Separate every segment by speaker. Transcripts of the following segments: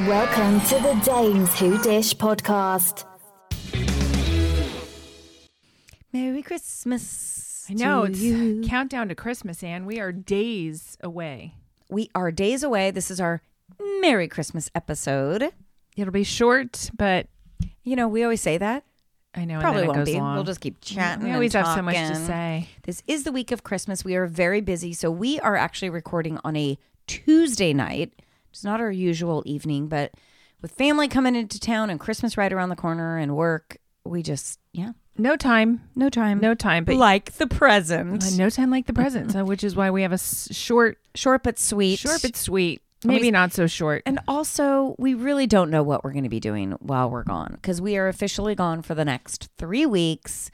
Speaker 1: Welcome to the Dames Who Dish podcast.
Speaker 2: Merry Christmas.
Speaker 3: I know
Speaker 2: to
Speaker 3: it's
Speaker 2: you.
Speaker 3: countdown to Christmas, Anne. We are days away.
Speaker 2: we are days away. This is our Merry Christmas episode.
Speaker 3: It'll be short, but
Speaker 2: You know, we always say that.
Speaker 3: I know
Speaker 2: Probably
Speaker 3: and then it
Speaker 2: won't
Speaker 3: goes
Speaker 2: be.
Speaker 3: long.
Speaker 2: We'll just keep chatting.
Speaker 3: we always
Speaker 2: and
Speaker 3: have so much to
Speaker 2: talking.
Speaker 3: say.
Speaker 2: This is the week of Christmas. We are very busy, so we are actually recording on a Tuesday night. It's not our usual evening, but with family coming into town and Christmas right around the corner and work, we just yeah,
Speaker 3: No time,
Speaker 2: no time.
Speaker 3: no time, but
Speaker 2: like the present.
Speaker 3: Uh, no time like the presents, uh, which is why we have a s- short,
Speaker 2: Short but sweet.
Speaker 3: short but sweet.
Speaker 2: we-
Speaker 3: Maybe not so short.
Speaker 2: And also, we really don't know what we're going to be doing while we're gone because we are officially gone for the next three weeks.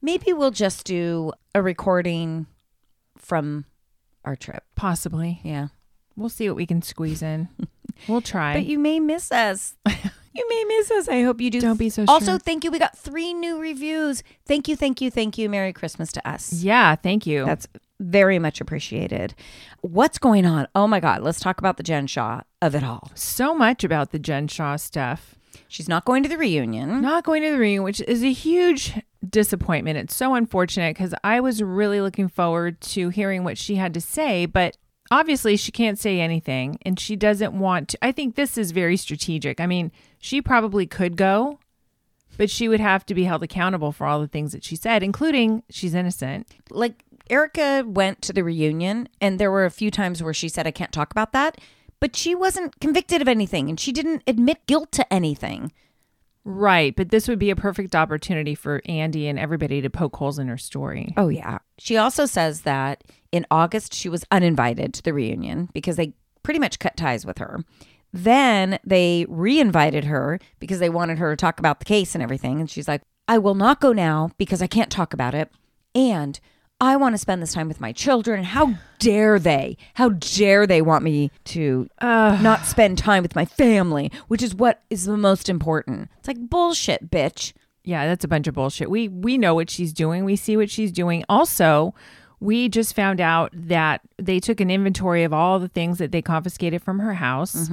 Speaker 2: Maybe we'll just do a recording from our trip.
Speaker 3: Possibly,
Speaker 2: Yeah.
Speaker 3: we'll see what we can squeeze in. we'll try.
Speaker 2: But you may miss us. you may miss us. I hope you do.
Speaker 3: Don't be so
Speaker 2: Also,
Speaker 3: sure.
Speaker 2: thank you. We got three new reviews. Thank you, thank you, thank you. Merry Christmas to us.
Speaker 3: yeah, thank you.
Speaker 2: That's very much appreciated. What's going on? Oh my God. Let's talk about the Jen Shaw of it all.
Speaker 3: so much about the Jen Shaw stuff.
Speaker 2: She's not going to the reunion.
Speaker 3: Not going to the ring, which is a huge disappointment. It's so unfortunate because I was really looking forward to hearing what she had to say, but obviously she can't say anything and she doesn't want to. I think this is very strategic. I mean, she probably could go, but she would have to be held accountable for all the things that she said, including she's innocent.
Speaker 2: like Erica went to the reunion and there were a few times where she said I can't talk about that, but she wasn't convicted of anything and she didn't admit guilt to anything.
Speaker 3: Right, but this would be a perfect opportunity for Andy and everybody to poke holes in her story.
Speaker 2: Oh yeah. She also says that in August she was uninvited to the reunion because they pretty much cut ties with her. Then they reinvited her because they wanted her to talk about the case and everything and she's like, "I will not go now because I can't talk about it." And I want to spend this time with my children. How dare they? How dare they want me to not spend time with my family, which is what is the most important. It's like bullshit, bitch.
Speaker 3: Yeah, that's a bunch of bullshit. We we know what she's doing. We see what she's doing. Also, we just found out that they took an inventory of all the things that they confiscated from her house.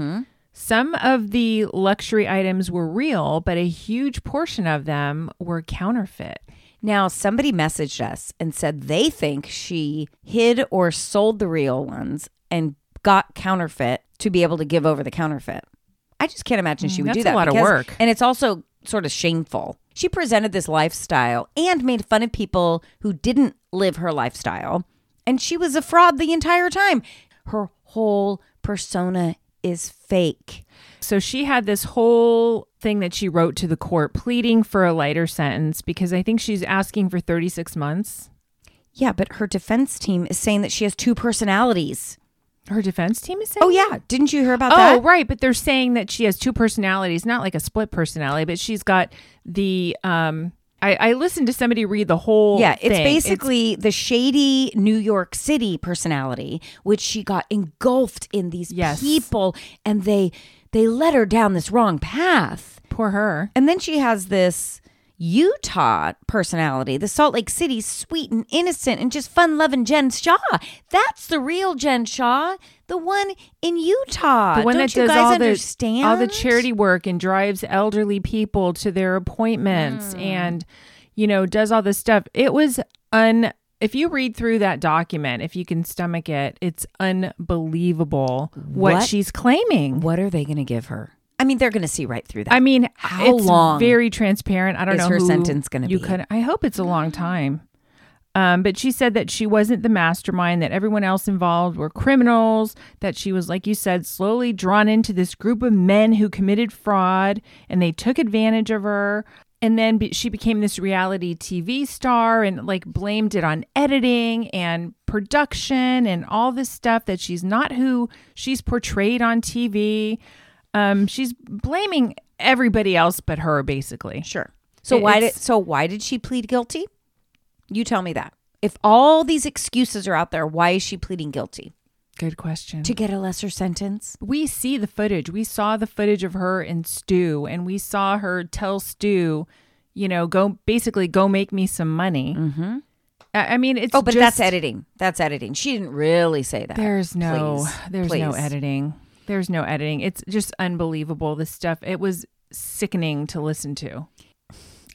Speaker 3: Some of the luxury items were real, but a huge portion of them were counterfeit.
Speaker 2: Now, somebody messaged us and said they think she hid or sold the real ones and got counterfeit to be able to give over the counterfeit. I just can't imagine she would
Speaker 3: Mm,
Speaker 2: do that.
Speaker 3: that's a lot of work.
Speaker 2: And it's also sort of shameful. She presented this lifestyle and made fun of people who didn't live her lifestyle. And she was a fraud the entire time. Her whole persona is fake.
Speaker 3: So she had this whole thing that she wrote to the court pleading for a lighter sentence because I think she's asking for 36 months.
Speaker 2: Yeah, but her defense team is saying that she has two personalities.
Speaker 3: Her defense team is saying
Speaker 2: Oh, yeah. Didn't you hear about
Speaker 3: Oh,
Speaker 2: that?
Speaker 3: right. But they're saying that she has two personalities, not like a split personality, but she's got the. um I, I listened to somebody read the whole.
Speaker 2: Yeah, it's
Speaker 3: thing.
Speaker 2: basically the shady New York City personality, which she got engulfed in these
Speaker 3: Yes.
Speaker 2: people, and they they led her down this wrong path.
Speaker 3: poor her.
Speaker 2: And then she has this Utah personality, the Salt Lake City sweet and innocent and just fun loving Jen Shaw. That's the real Jen Shaw, the one in Utah.
Speaker 3: The one
Speaker 2: Don't
Speaker 3: that
Speaker 2: you
Speaker 3: does
Speaker 2: guys
Speaker 3: all
Speaker 2: understand
Speaker 3: the all the charity work and drives elderly people to their appointments
Speaker 2: Hmm.
Speaker 3: and you know does all this stuff. It was un. If you read through that document, if you can stomach it, it's unbelievable what,
Speaker 2: What?
Speaker 3: she's claiming.
Speaker 2: What are they going to give her? I mean, they're going to see right through that.
Speaker 3: I mean,
Speaker 2: How
Speaker 3: it's
Speaker 2: long
Speaker 3: Very transparent. I don't
Speaker 2: is
Speaker 3: know
Speaker 2: her
Speaker 3: who
Speaker 2: sentence gonna
Speaker 3: you
Speaker 2: be?
Speaker 3: Could, I hope it's a long time. Um, but she said that she wasn't the mastermind. That everyone else involved were criminals. That she was, like you said, slowly drawn into this group of men who committed fraud, and they took advantage of her. And then be- she became this reality TV star, and like blamed it on editing and production and all this stuff that she's not who she's portrayed on TV. Um, she's blaming everybody else but her, basically.
Speaker 2: Sure. So why did
Speaker 3: it's-
Speaker 2: so why did she plead guilty? You tell me that. If all these excuses are out there, why is she pleading guilty?
Speaker 3: Good question.
Speaker 2: To get a lesser sentence?
Speaker 3: we see the footage. We saw the footage of her and Stu, and we saw her tell Stu, you know, go basically go make me some money. Mm-hmm. I, I mean, it's
Speaker 2: Oh, but
Speaker 3: just-
Speaker 2: that's editing. That's editing. She didn't really say that.
Speaker 3: There's no
Speaker 2: Please.
Speaker 3: there's no
Speaker 2: Please.
Speaker 3: editing. There's no editing. It's just unbelievable. This stuff. It was sickening to listen to.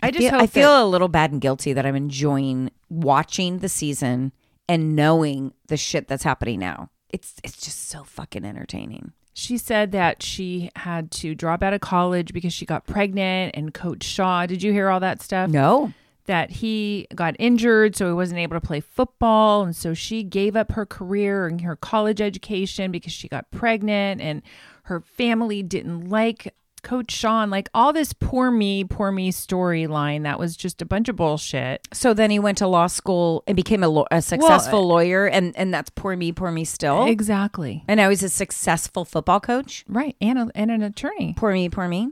Speaker 3: I just
Speaker 2: feel-
Speaker 3: hope
Speaker 2: I
Speaker 3: that-
Speaker 2: feel a little bad and guilty that I'm enjoying watching the season and knowing the shit that's happening now. It's it's just so fucking entertaining.
Speaker 3: She said that she had to drop out of college because she got pregnant and Coach Shaw. Did you hear all that stuff?
Speaker 2: No.
Speaker 3: That he got injured, so he wasn't able to play football. And so she gave up her career and her college education because she got pregnant and her family didn't like Coach Shaw. And like all this poor me, poor me storyline that was just a bunch of bullshit.
Speaker 2: So then he went to law school and became a, law- a successful lawyer, and and that's poor me, poor me still.
Speaker 3: Exactly.
Speaker 2: and now he's a successful football coach.
Speaker 3: Right. And, a, and an attorney.
Speaker 2: Poor me, poor me.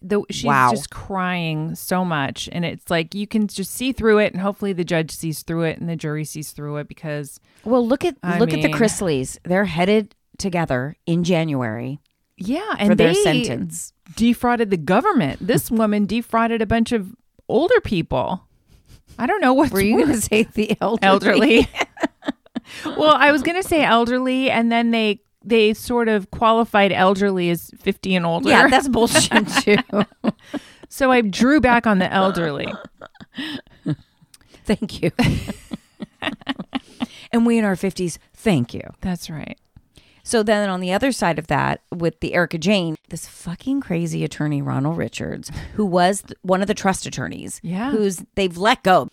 Speaker 3: the she's
Speaker 2: Wow.
Speaker 3: just crying so much and it's like you can just see through it and hopefully the judge sees through it and the jury sees through it because
Speaker 2: Well, look at
Speaker 3: I
Speaker 2: look at
Speaker 3: mean-
Speaker 2: the Chrisleys. They're headed together in January
Speaker 3: yeah
Speaker 2: for
Speaker 3: and
Speaker 2: their
Speaker 3: they
Speaker 2: sentence.
Speaker 3: defrauded the government this woman defrauded a bunch of older people i don't know what's
Speaker 2: Were you going to say the elderly?
Speaker 3: elderly well i was going to say elderly and then they they sort of qualified elderly as 50 and older
Speaker 2: Yeah, that's bullshit too.
Speaker 3: so i drew back on the elderly
Speaker 2: thank you. and we in our fifties, thank you.
Speaker 3: that's right
Speaker 2: So then on the other side of that, with the Erica Jane, this fucking crazy attorney Ronald Richards, who was th- one of the trust attorneys,
Speaker 3: Yeah.
Speaker 2: who's they've let go,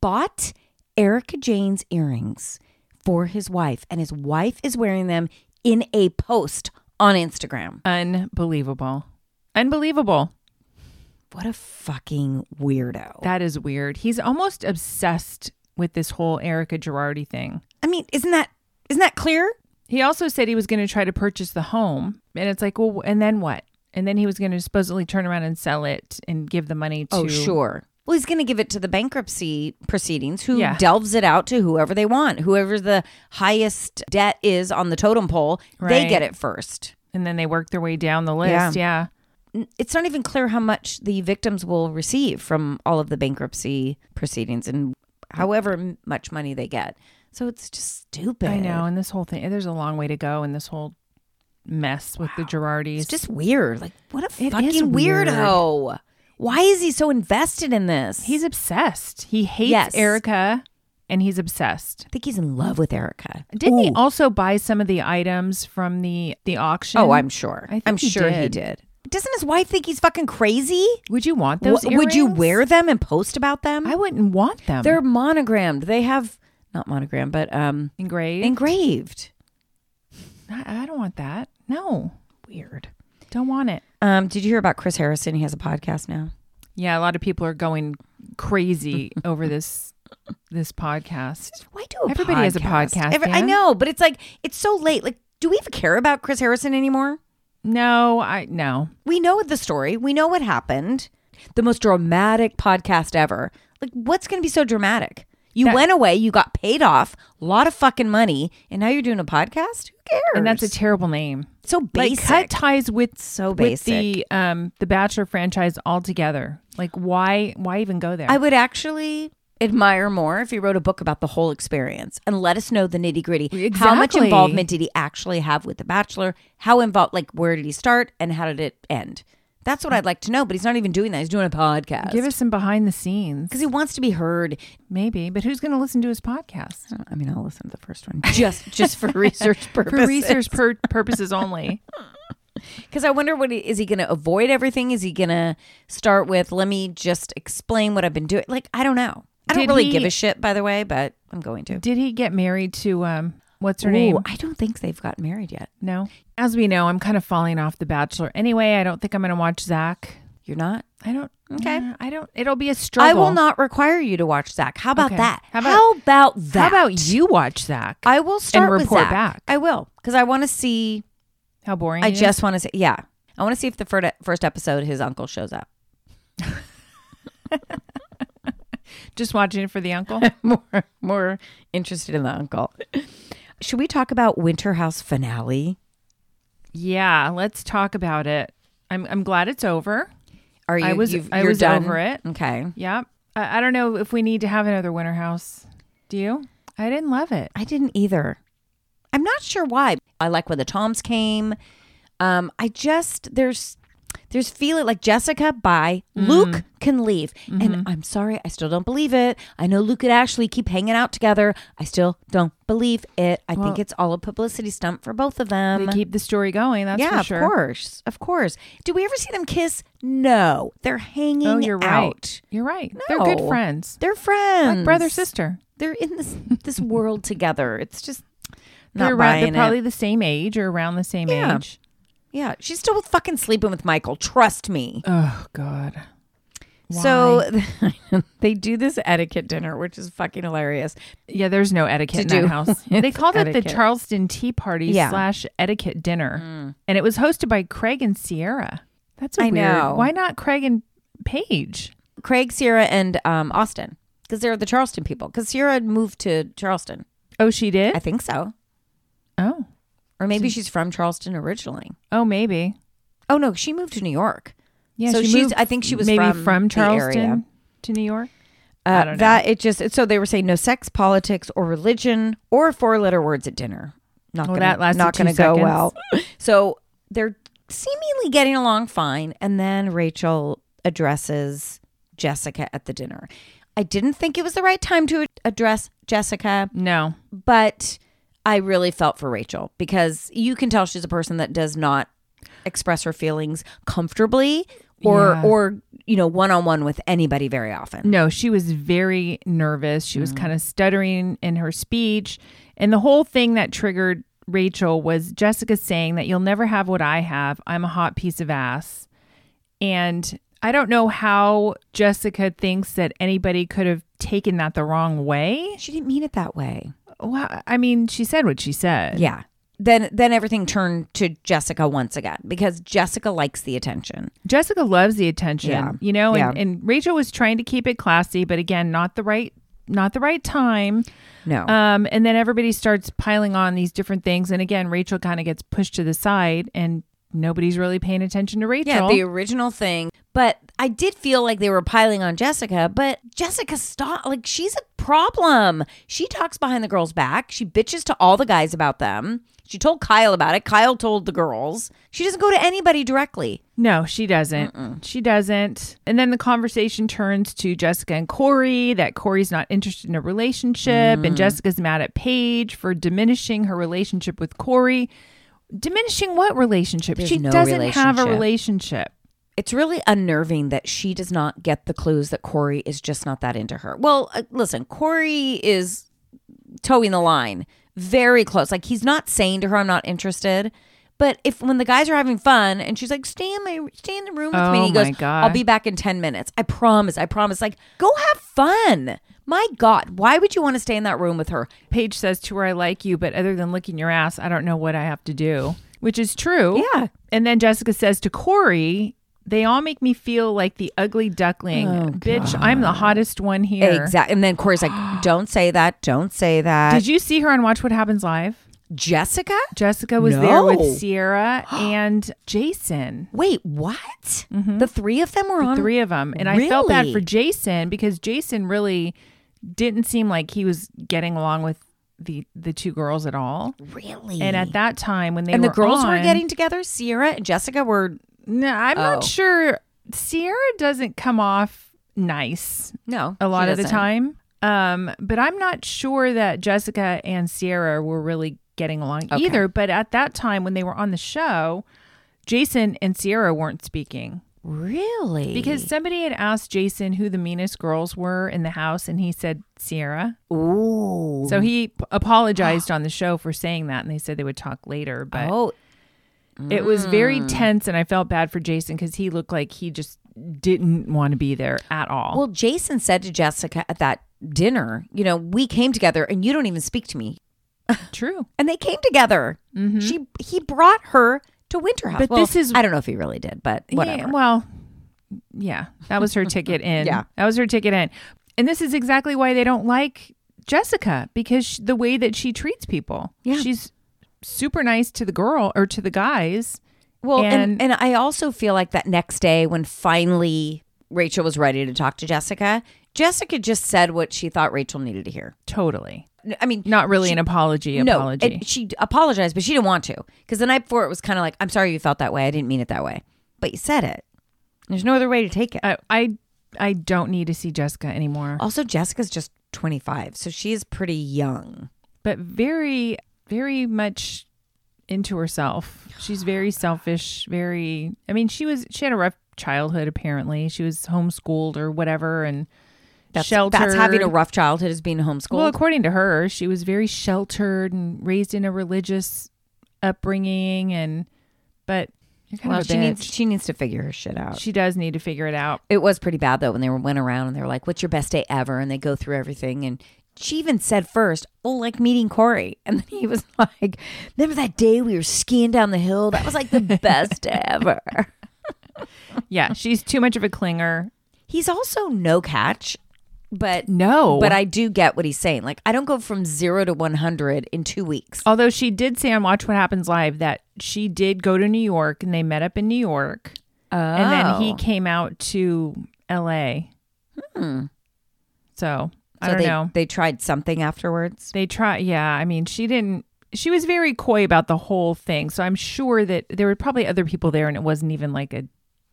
Speaker 2: bought Erica Jane's earrings for his wife, and his wife is wearing them in a post on Instagram.
Speaker 3: unbelievable unbelievable
Speaker 2: What a fucking weirdo!
Speaker 3: That is weird. He's almost obsessed with this whole Erica Girardi thing.
Speaker 2: I mean, isn't that isn't that clear?
Speaker 3: He also said he was going to try to purchase the home, and it's like, well, and then what? And then he was going to supposedly turn around and sell it and give the money to.
Speaker 2: Oh, sure. Well, he's going to give it to the bankruptcy proceedings, who
Speaker 3: Yeah.
Speaker 2: delves it out to whoever they want. Whoever the highest debt is on the totem pole, they
Speaker 3: Right.
Speaker 2: get it first.
Speaker 3: And then they work their way down the list. Yeah.
Speaker 2: N- It's not even clear how much the victims will receive from all of the bankruptcy proceedings and however m- much money they get. So it's just stupid.
Speaker 3: I know. And this whole thing, there's a long way to go in this whole mess with the Girardis.
Speaker 2: It's just weird. Like, what a
Speaker 3: It is
Speaker 2: fucking
Speaker 3: weird.
Speaker 2: weirdo. Why is he so invested in this?
Speaker 3: he's obsessed. He hates
Speaker 2: Yes.
Speaker 3: Erica, and he's obsessed.
Speaker 2: I think he's in love with Erica.
Speaker 3: Didn't he
Speaker 2: Ooh.
Speaker 3: also buy some of the items from the the auction?
Speaker 2: Oh, I'm sure.
Speaker 3: I think
Speaker 2: I'm
Speaker 3: he
Speaker 2: sure he
Speaker 3: did.
Speaker 2: did. Doesn't his wife think he's fucking crazy?
Speaker 3: Would you want those?
Speaker 2: Wh- would you
Speaker 3: earrings?
Speaker 2: wear them and post about them?
Speaker 3: I wouldn't want them.
Speaker 2: They're monogrammed. They have not monogrammed, but um
Speaker 3: engraved.
Speaker 2: engraved.
Speaker 3: I, I don't want that. No,
Speaker 2: Weird.
Speaker 3: don't want it.
Speaker 2: Um, did you hear about Chris Harrison? He has a podcast now.
Speaker 3: Yeah, a lot of people are going crazy over this this podcast.
Speaker 2: Why do a
Speaker 3: Everybody has a podcast,
Speaker 2: I
Speaker 3: Hannah.
Speaker 2: know, but it's like it's so late. Like, do we even care about Chris Harrison anymore?
Speaker 3: No, I no.
Speaker 2: We know the story. We know what happened. The most dramatic podcast ever. Like, what's going to be so dramatic? You
Speaker 3: That-
Speaker 2: went away, you got paid off, a lot of fucking money, and now you're doing a podcast? Who cares?
Speaker 3: And that's a terrible name.
Speaker 2: so
Speaker 3: Like
Speaker 2: basic.
Speaker 3: cut ties with
Speaker 2: So
Speaker 3: with the um the Bachelor franchise altogether. Like why why even go there?
Speaker 2: I would actually admire more if he wrote a book about the whole experience and let us know the nitty gritty. How much
Speaker 3: Exactly.
Speaker 2: involvement did he actually have with The Bachelor? How involved, like, where did he start and how did it end? That's what I'd like to know, but he's not even doing that. He's doing a podcast.
Speaker 3: Give us some behind the scenes,
Speaker 2: because he wants to be heard.
Speaker 3: maybe. But who's going to listen to his podcast?
Speaker 2: I mean, I'll listen to the first one just just for research purposes.
Speaker 3: For research pur- purposes only.
Speaker 2: Because I wonder what he, is he going to avoid everything? Is he going to start with? Let me just explain what I've been doing. Like I don't know. I don't
Speaker 3: Did
Speaker 2: really
Speaker 3: he-
Speaker 2: give a shit, by the way, but I'm going to.
Speaker 3: Did he get married to um what's her
Speaker 2: Ooh,
Speaker 3: name?
Speaker 2: I don't think they've got married yet.
Speaker 3: No. As we know, I'm kind of falling off The Bachelor. Anyway, I don't think I'm going to watch Zach.
Speaker 2: You're not.
Speaker 3: I don't.
Speaker 2: Okay.
Speaker 3: Nah, I don't. It'll be a struggle.
Speaker 2: I will not require you to watch Zach. How about
Speaker 3: Okay.
Speaker 2: that?
Speaker 3: How about-
Speaker 2: about that?
Speaker 3: How about you watch Zach?
Speaker 2: I will start with
Speaker 3: report
Speaker 2: Zach.
Speaker 3: back?
Speaker 2: I will because I want to see.
Speaker 3: How boring.
Speaker 2: I
Speaker 3: it is.
Speaker 2: just want to see. Yeah, I want to see if the fir- first episode his uncle shows up.
Speaker 3: just watching it for the uncle.
Speaker 2: more more interested in the uncle. Should we talk about Winter House finale?
Speaker 3: yeah, let's talk about it. I'm I'm glad it's over.
Speaker 2: Are you?
Speaker 3: I was-
Speaker 2: you've-
Speaker 3: I
Speaker 2: you're
Speaker 3: was
Speaker 2: done?
Speaker 3: over it.
Speaker 2: Okay.
Speaker 3: Yep. I, I don't know if we need to have another Winter House. Do you? I didn't love it.
Speaker 2: I didn't either. I'm not sure why. I like when the Toms came. Um, I just there's there's feeling like Jessica bye,
Speaker 3: Mm-hmm.
Speaker 2: Luke can leave, and I'm sorry, I still don't believe it. I know Luke and Ashley keep hanging out together. I still don't believe it. I think it's all a publicity stunt for both of them.
Speaker 3: They keep the story going. That's
Speaker 2: yeah,
Speaker 3: for sure.
Speaker 2: of course, of course. Do we ever see them kiss? No, they're hanging
Speaker 3: Oh, you're
Speaker 2: out.
Speaker 3: right. You're right. They're good
Speaker 2: No.
Speaker 3: friends.
Speaker 2: They're friends,
Speaker 3: Like brother sister.
Speaker 2: They're in this this world together. It's just not
Speaker 3: They're, around,
Speaker 2: buying
Speaker 3: they're probably
Speaker 2: it.
Speaker 3: the same age or around the same
Speaker 2: Yeah.
Speaker 3: age.
Speaker 2: Yeah, she's still fucking sleeping with Michael. Trust me.
Speaker 3: Oh God.
Speaker 2: So they do this etiquette dinner, which is fucking hilarious.
Speaker 3: Yeah, there's no etiquette in
Speaker 2: To do.
Speaker 3: that house. They called it the
Speaker 2: etiquette.
Speaker 3: Charleston Tea Party
Speaker 2: Yeah. Mm.
Speaker 3: slash etiquette dinner, and it was hosted by Craig and Sierra. That's a
Speaker 2: I
Speaker 3: weird.
Speaker 2: know.
Speaker 3: Why not Craig and Paige?
Speaker 2: Craig, Sierra, and um, Austin, because they're the Charleston people. Because Sierra moved to Charleston,
Speaker 3: Oh, she did.
Speaker 2: I think so,
Speaker 3: oh,
Speaker 2: or maybe she's from Charleston originally.
Speaker 3: oh, maybe.
Speaker 2: Oh no, she moved to New York.
Speaker 3: Yeah,
Speaker 2: So
Speaker 3: she
Speaker 2: she's-
Speaker 3: moved
Speaker 2: I think she was
Speaker 3: maybe
Speaker 2: from the area.
Speaker 3: Charleston to New York. I
Speaker 2: Uh,
Speaker 3: don't know.
Speaker 2: That it just so they were saying no sex, politics, or religion, or four letter words at dinner. Not
Speaker 3: Well,
Speaker 2: gonna,
Speaker 3: that lasted
Speaker 2: not
Speaker 3: two
Speaker 2: gonna go
Speaker 3: seconds.
Speaker 2: well. so they're seemingly getting along fine, and then Rachel addresses Jessica at the dinner. I didn't think it was the right time to address Jessica,
Speaker 3: No,
Speaker 2: but I really felt for Rachel because you can tell she's a person that does not express her feelings comfortably or
Speaker 3: Yeah.
Speaker 2: or you know one on one with anybody very often.
Speaker 3: No, she was very nervous. She was
Speaker 2: Mm.
Speaker 3: kind of stuttering in her speech. And the whole thing that triggered Rachel was Jessica saying that you'll never have what I have. I'm a hot piece of ass. And I don't know how Jessica thinks that anybody could have taken that the wrong way.
Speaker 2: She didn't mean it that way.
Speaker 3: Well, I mean, she said what she said.
Speaker 2: Yeah. Then then everything turned to Jessica once again because Jessica likes the attention.
Speaker 3: Jessica loves the attention,
Speaker 2: Yeah.
Speaker 3: you know, and,
Speaker 2: Yeah.
Speaker 3: and Rachel was trying to keep it classy, but again, not the right not the right time.
Speaker 2: No.
Speaker 3: Um, and then everybody starts piling on these different things. And again, Rachel kind of gets pushed to the side and nobody's really paying attention to Rachel.
Speaker 2: yeah, the original thing. But I did feel like they were piling on Jessica, but Jessica stop like she's a problem. She talks behind the girls' back. She bitches to all the guys about them. She told Kyle about it. Kyle told the girls. She doesn't go to anybody directly.
Speaker 3: no, she doesn't. She doesn't. And then the conversation turns to Jessica and Corey that Corey's not interested in a relationship
Speaker 2: Mm.
Speaker 3: and Jessica's mad at Paige for diminishing her relationship with Corey. Diminishing what relationship?
Speaker 2: There's
Speaker 3: she
Speaker 2: no
Speaker 3: doesn't have a
Speaker 2: relationship.
Speaker 3: relationship.
Speaker 2: It's really unnerving that she does not get the clues that Corey is just not that into her. Well, uh, listen, Corey is towing the line very close. Like he's not saying to her, "I'm not interested." But if when the guys are having fun and she's like, "Stay in my stay in the room with me,"
Speaker 3: Oh
Speaker 2: and he goes,
Speaker 3: my God.
Speaker 2: "I'll be back in ten minutes. I promise. I promise." Like, go have fun. My God, why would you want to stay in that room with her?
Speaker 3: Paige says to her, I like you, but other than licking your ass, I don't know what I have to do, which is true.
Speaker 2: Yeah.
Speaker 3: And then Jessica says to Corey, they all make me feel like the ugly duckling.
Speaker 2: Oh,
Speaker 3: Bitch, I'm the hottest one here.
Speaker 2: Exactly. And then Corey's like, "Don't say that. Don't say that."
Speaker 3: Did you see her on Watch What Happens Live?
Speaker 2: Jessica?
Speaker 3: Jessica was there
Speaker 2: No.
Speaker 3: with Sierra and Jason.
Speaker 2: Wait, what? The three of them were on
Speaker 3: Mm-hmm. Three of them. And I felt bad
Speaker 2: Um, Really?
Speaker 3: for Jason because Jason really didn't seem like he was getting along with the the two girls at all.
Speaker 2: Really?
Speaker 3: And at that time when they
Speaker 2: and the
Speaker 3: were
Speaker 2: girls were
Speaker 3: on-
Speaker 2: getting together. Sierra and Jessica were
Speaker 3: No, I'm
Speaker 2: Oh.
Speaker 3: not sure. Sierra doesn't come off nice
Speaker 2: no
Speaker 3: a lot
Speaker 2: she
Speaker 3: of the
Speaker 2: doesn't.
Speaker 3: time. Um, but I'm not sure that Jessica and Sierra were really getting along
Speaker 2: Okay.
Speaker 3: either. But at that time when they were on the show, Jason and Sierra weren't speaking
Speaker 2: Really?
Speaker 3: because somebody had asked Jason who the meanest girls were in the house, and he said Sierra.
Speaker 2: ooh,
Speaker 3: So he p- apologized on the show for saying that, and they said they would talk later. But
Speaker 2: oh,
Speaker 3: it was very tense, and I felt bad for Jason because he looked like he just didn't want to be there at all.
Speaker 2: well, Jason said to Jessica at that dinner, you know, we came together, and you don't even speak to me.
Speaker 3: True.
Speaker 2: And they came together. She he brought her to Winterhouse.
Speaker 3: Mm-hmm. But
Speaker 2: Well,
Speaker 3: this is-
Speaker 2: I don't know if he really did, but whatever.
Speaker 3: Yeah, well, yeah, that was her ticket in.
Speaker 2: Yeah.
Speaker 3: that was her ticket in, and this is exactly why they don't like Jessica because sh the way that she treats people.
Speaker 2: Yeah.
Speaker 3: she's super nice to the girl or to the guys.
Speaker 2: Well, and,
Speaker 3: And-
Speaker 2: and I also feel like that next day when finally Rachel was ready to talk to Jessica, Jessica just said what she thought Rachel needed to hear.
Speaker 3: Totally.
Speaker 2: I mean,
Speaker 3: Not really an apology.
Speaker 2: no,
Speaker 3: Apology.
Speaker 2: it- she d- apologized, but she didn't want to because the night before it was kind of like, I'm sorry you felt that way. I didn't mean it that way, but you said it. There's no other way to take it.
Speaker 3: I, I I don't need to see Jessica anymore.
Speaker 2: also, Jessica's just 25, so she is pretty young.
Speaker 3: But very very much into herself. She's very selfish, very I mean, she was she had a rough childhood apparently. She was homeschooled or whatever and
Speaker 2: That's,
Speaker 3: sheltered.
Speaker 2: that's having a rough childhood is being
Speaker 3: Well,
Speaker 2: homeschooled.
Speaker 3: according to her, she was very sheltered and raised in a religious upbringing and but you're kind
Speaker 2: Well,
Speaker 3: of a
Speaker 2: she
Speaker 3: bitch.
Speaker 2: needs she needs to figure her shit out.
Speaker 3: she does need to figure it out.
Speaker 2: It was pretty bad though when they were- went around and they were like, "What's your best day ever?" and they go through everything. And she even said first, "Oh, like meeting Corey," and then he was like, "Remember that day we were skiing down the hill? That was like the best day ever."
Speaker 3: Yeah, she's too much of a clinger.
Speaker 2: He's also no catch, but
Speaker 3: No.
Speaker 2: but I do get what he's saying. Like I don't go from zero to one hundred in two weeks.
Speaker 3: Although she did say on Watch What Happens Live that she did go to New York and they met up in New York. And then
Speaker 2: Oh.
Speaker 3: he came out to LA. So, I
Speaker 2: Hmm. So
Speaker 3: don't
Speaker 2: they,
Speaker 3: know.
Speaker 2: They tried something afterwards.
Speaker 3: They try yeah, I mean she didn't she was very coy about the whole thing. So I'm sure that there were probably other people there and it wasn't even like a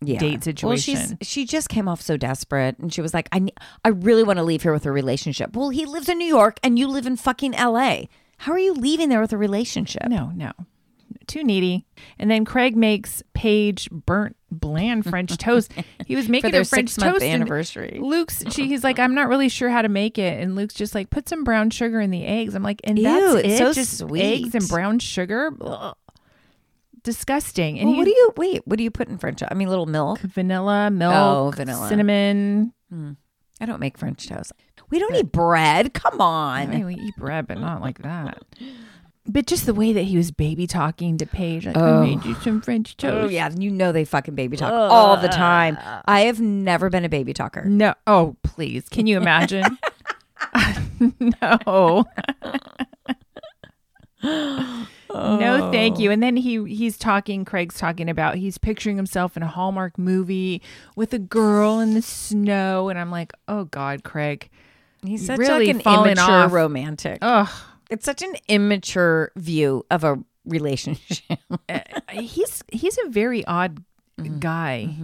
Speaker 2: yeah.
Speaker 3: date
Speaker 2: Well, she's
Speaker 3: situation.
Speaker 2: she just came off so desperate, and she was like, "I ne- I really want to leave here with a relationship." Well, he lives in New York, and you live in fucking L.A. How are you leaving there with a relationship?
Speaker 3: No, no. Too needy. And then Craig makes Paige burnt bland French toast. He was making
Speaker 2: their
Speaker 3: her French
Speaker 2: six-month
Speaker 3: toast and
Speaker 2: anniversary.
Speaker 3: Luke's she he's like, I'm not really sure how to make it. And Luke's just like, put some brown sugar in the eggs. I'm like, and that's
Speaker 2: Ew,
Speaker 3: it?
Speaker 2: it's so
Speaker 3: just
Speaker 2: sweet.
Speaker 3: eggs and brown sugar? Ugh. Disgusting. And
Speaker 2: Well,
Speaker 3: he,
Speaker 2: what do you wait? What do you put in French? I mean, little milk.
Speaker 3: vanilla, milk,
Speaker 2: Oh, vanilla.
Speaker 3: cinnamon.
Speaker 2: I don't make French toast. We don't eat bread. Come
Speaker 3: I mean,
Speaker 2: on.
Speaker 3: we eat bread, but not like that. But just the way that he was baby talking to Paige, like, I made you some French
Speaker 2: Oh
Speaker 3: toast.
Speaker 2: yeah, you know they fucking baby talk all the time. I have never been a baby talker.
Speaker 3: No. Oh, please. Can you imagine? no. No, thank you. And then he he's talking, Craig's talking about he's picturing himself in a Hallmark movie with a girl in the snow and I'm like, "Oh god, Craig.
Speaker 2: He's
Speaker 3: You're
Speaker 2: such
Speaker 3: really
Speaker 2: like an
Speaker 3: falling
Speaker 2: immature
Speaker 3: off.
Speaker 2: romantic.
Speaker 3: Ugh.
Speaker 2: It's such an immature view of a relationship.
Speaker 3: He's he's a very odd
Speaker 2: Mm-hmm.
Speaker 3: guy.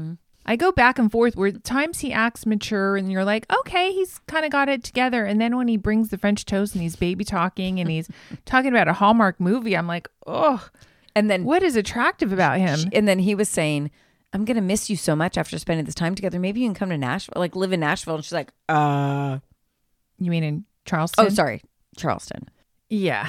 Speaker 3: I go back and forth where times he acts mature and you're like, okay, he's kind of got it together. And then when he brings the French toast and he's baby talking and he's talking about a Hallmark movie, I'm like, oh,
Speaker 2: and then
Speaker 3: what is attractive about him?
Speaker 2: and then he was saying, "I'm gonna miss you so much after spending this time together. Maybe you can come to Nashville, like live in Nashville." And she's like, "Uh,
Speaker 3: You mean in Charleston?
Speaker 2: oh, sorry, Charleston."
Speaker 3: Yeah,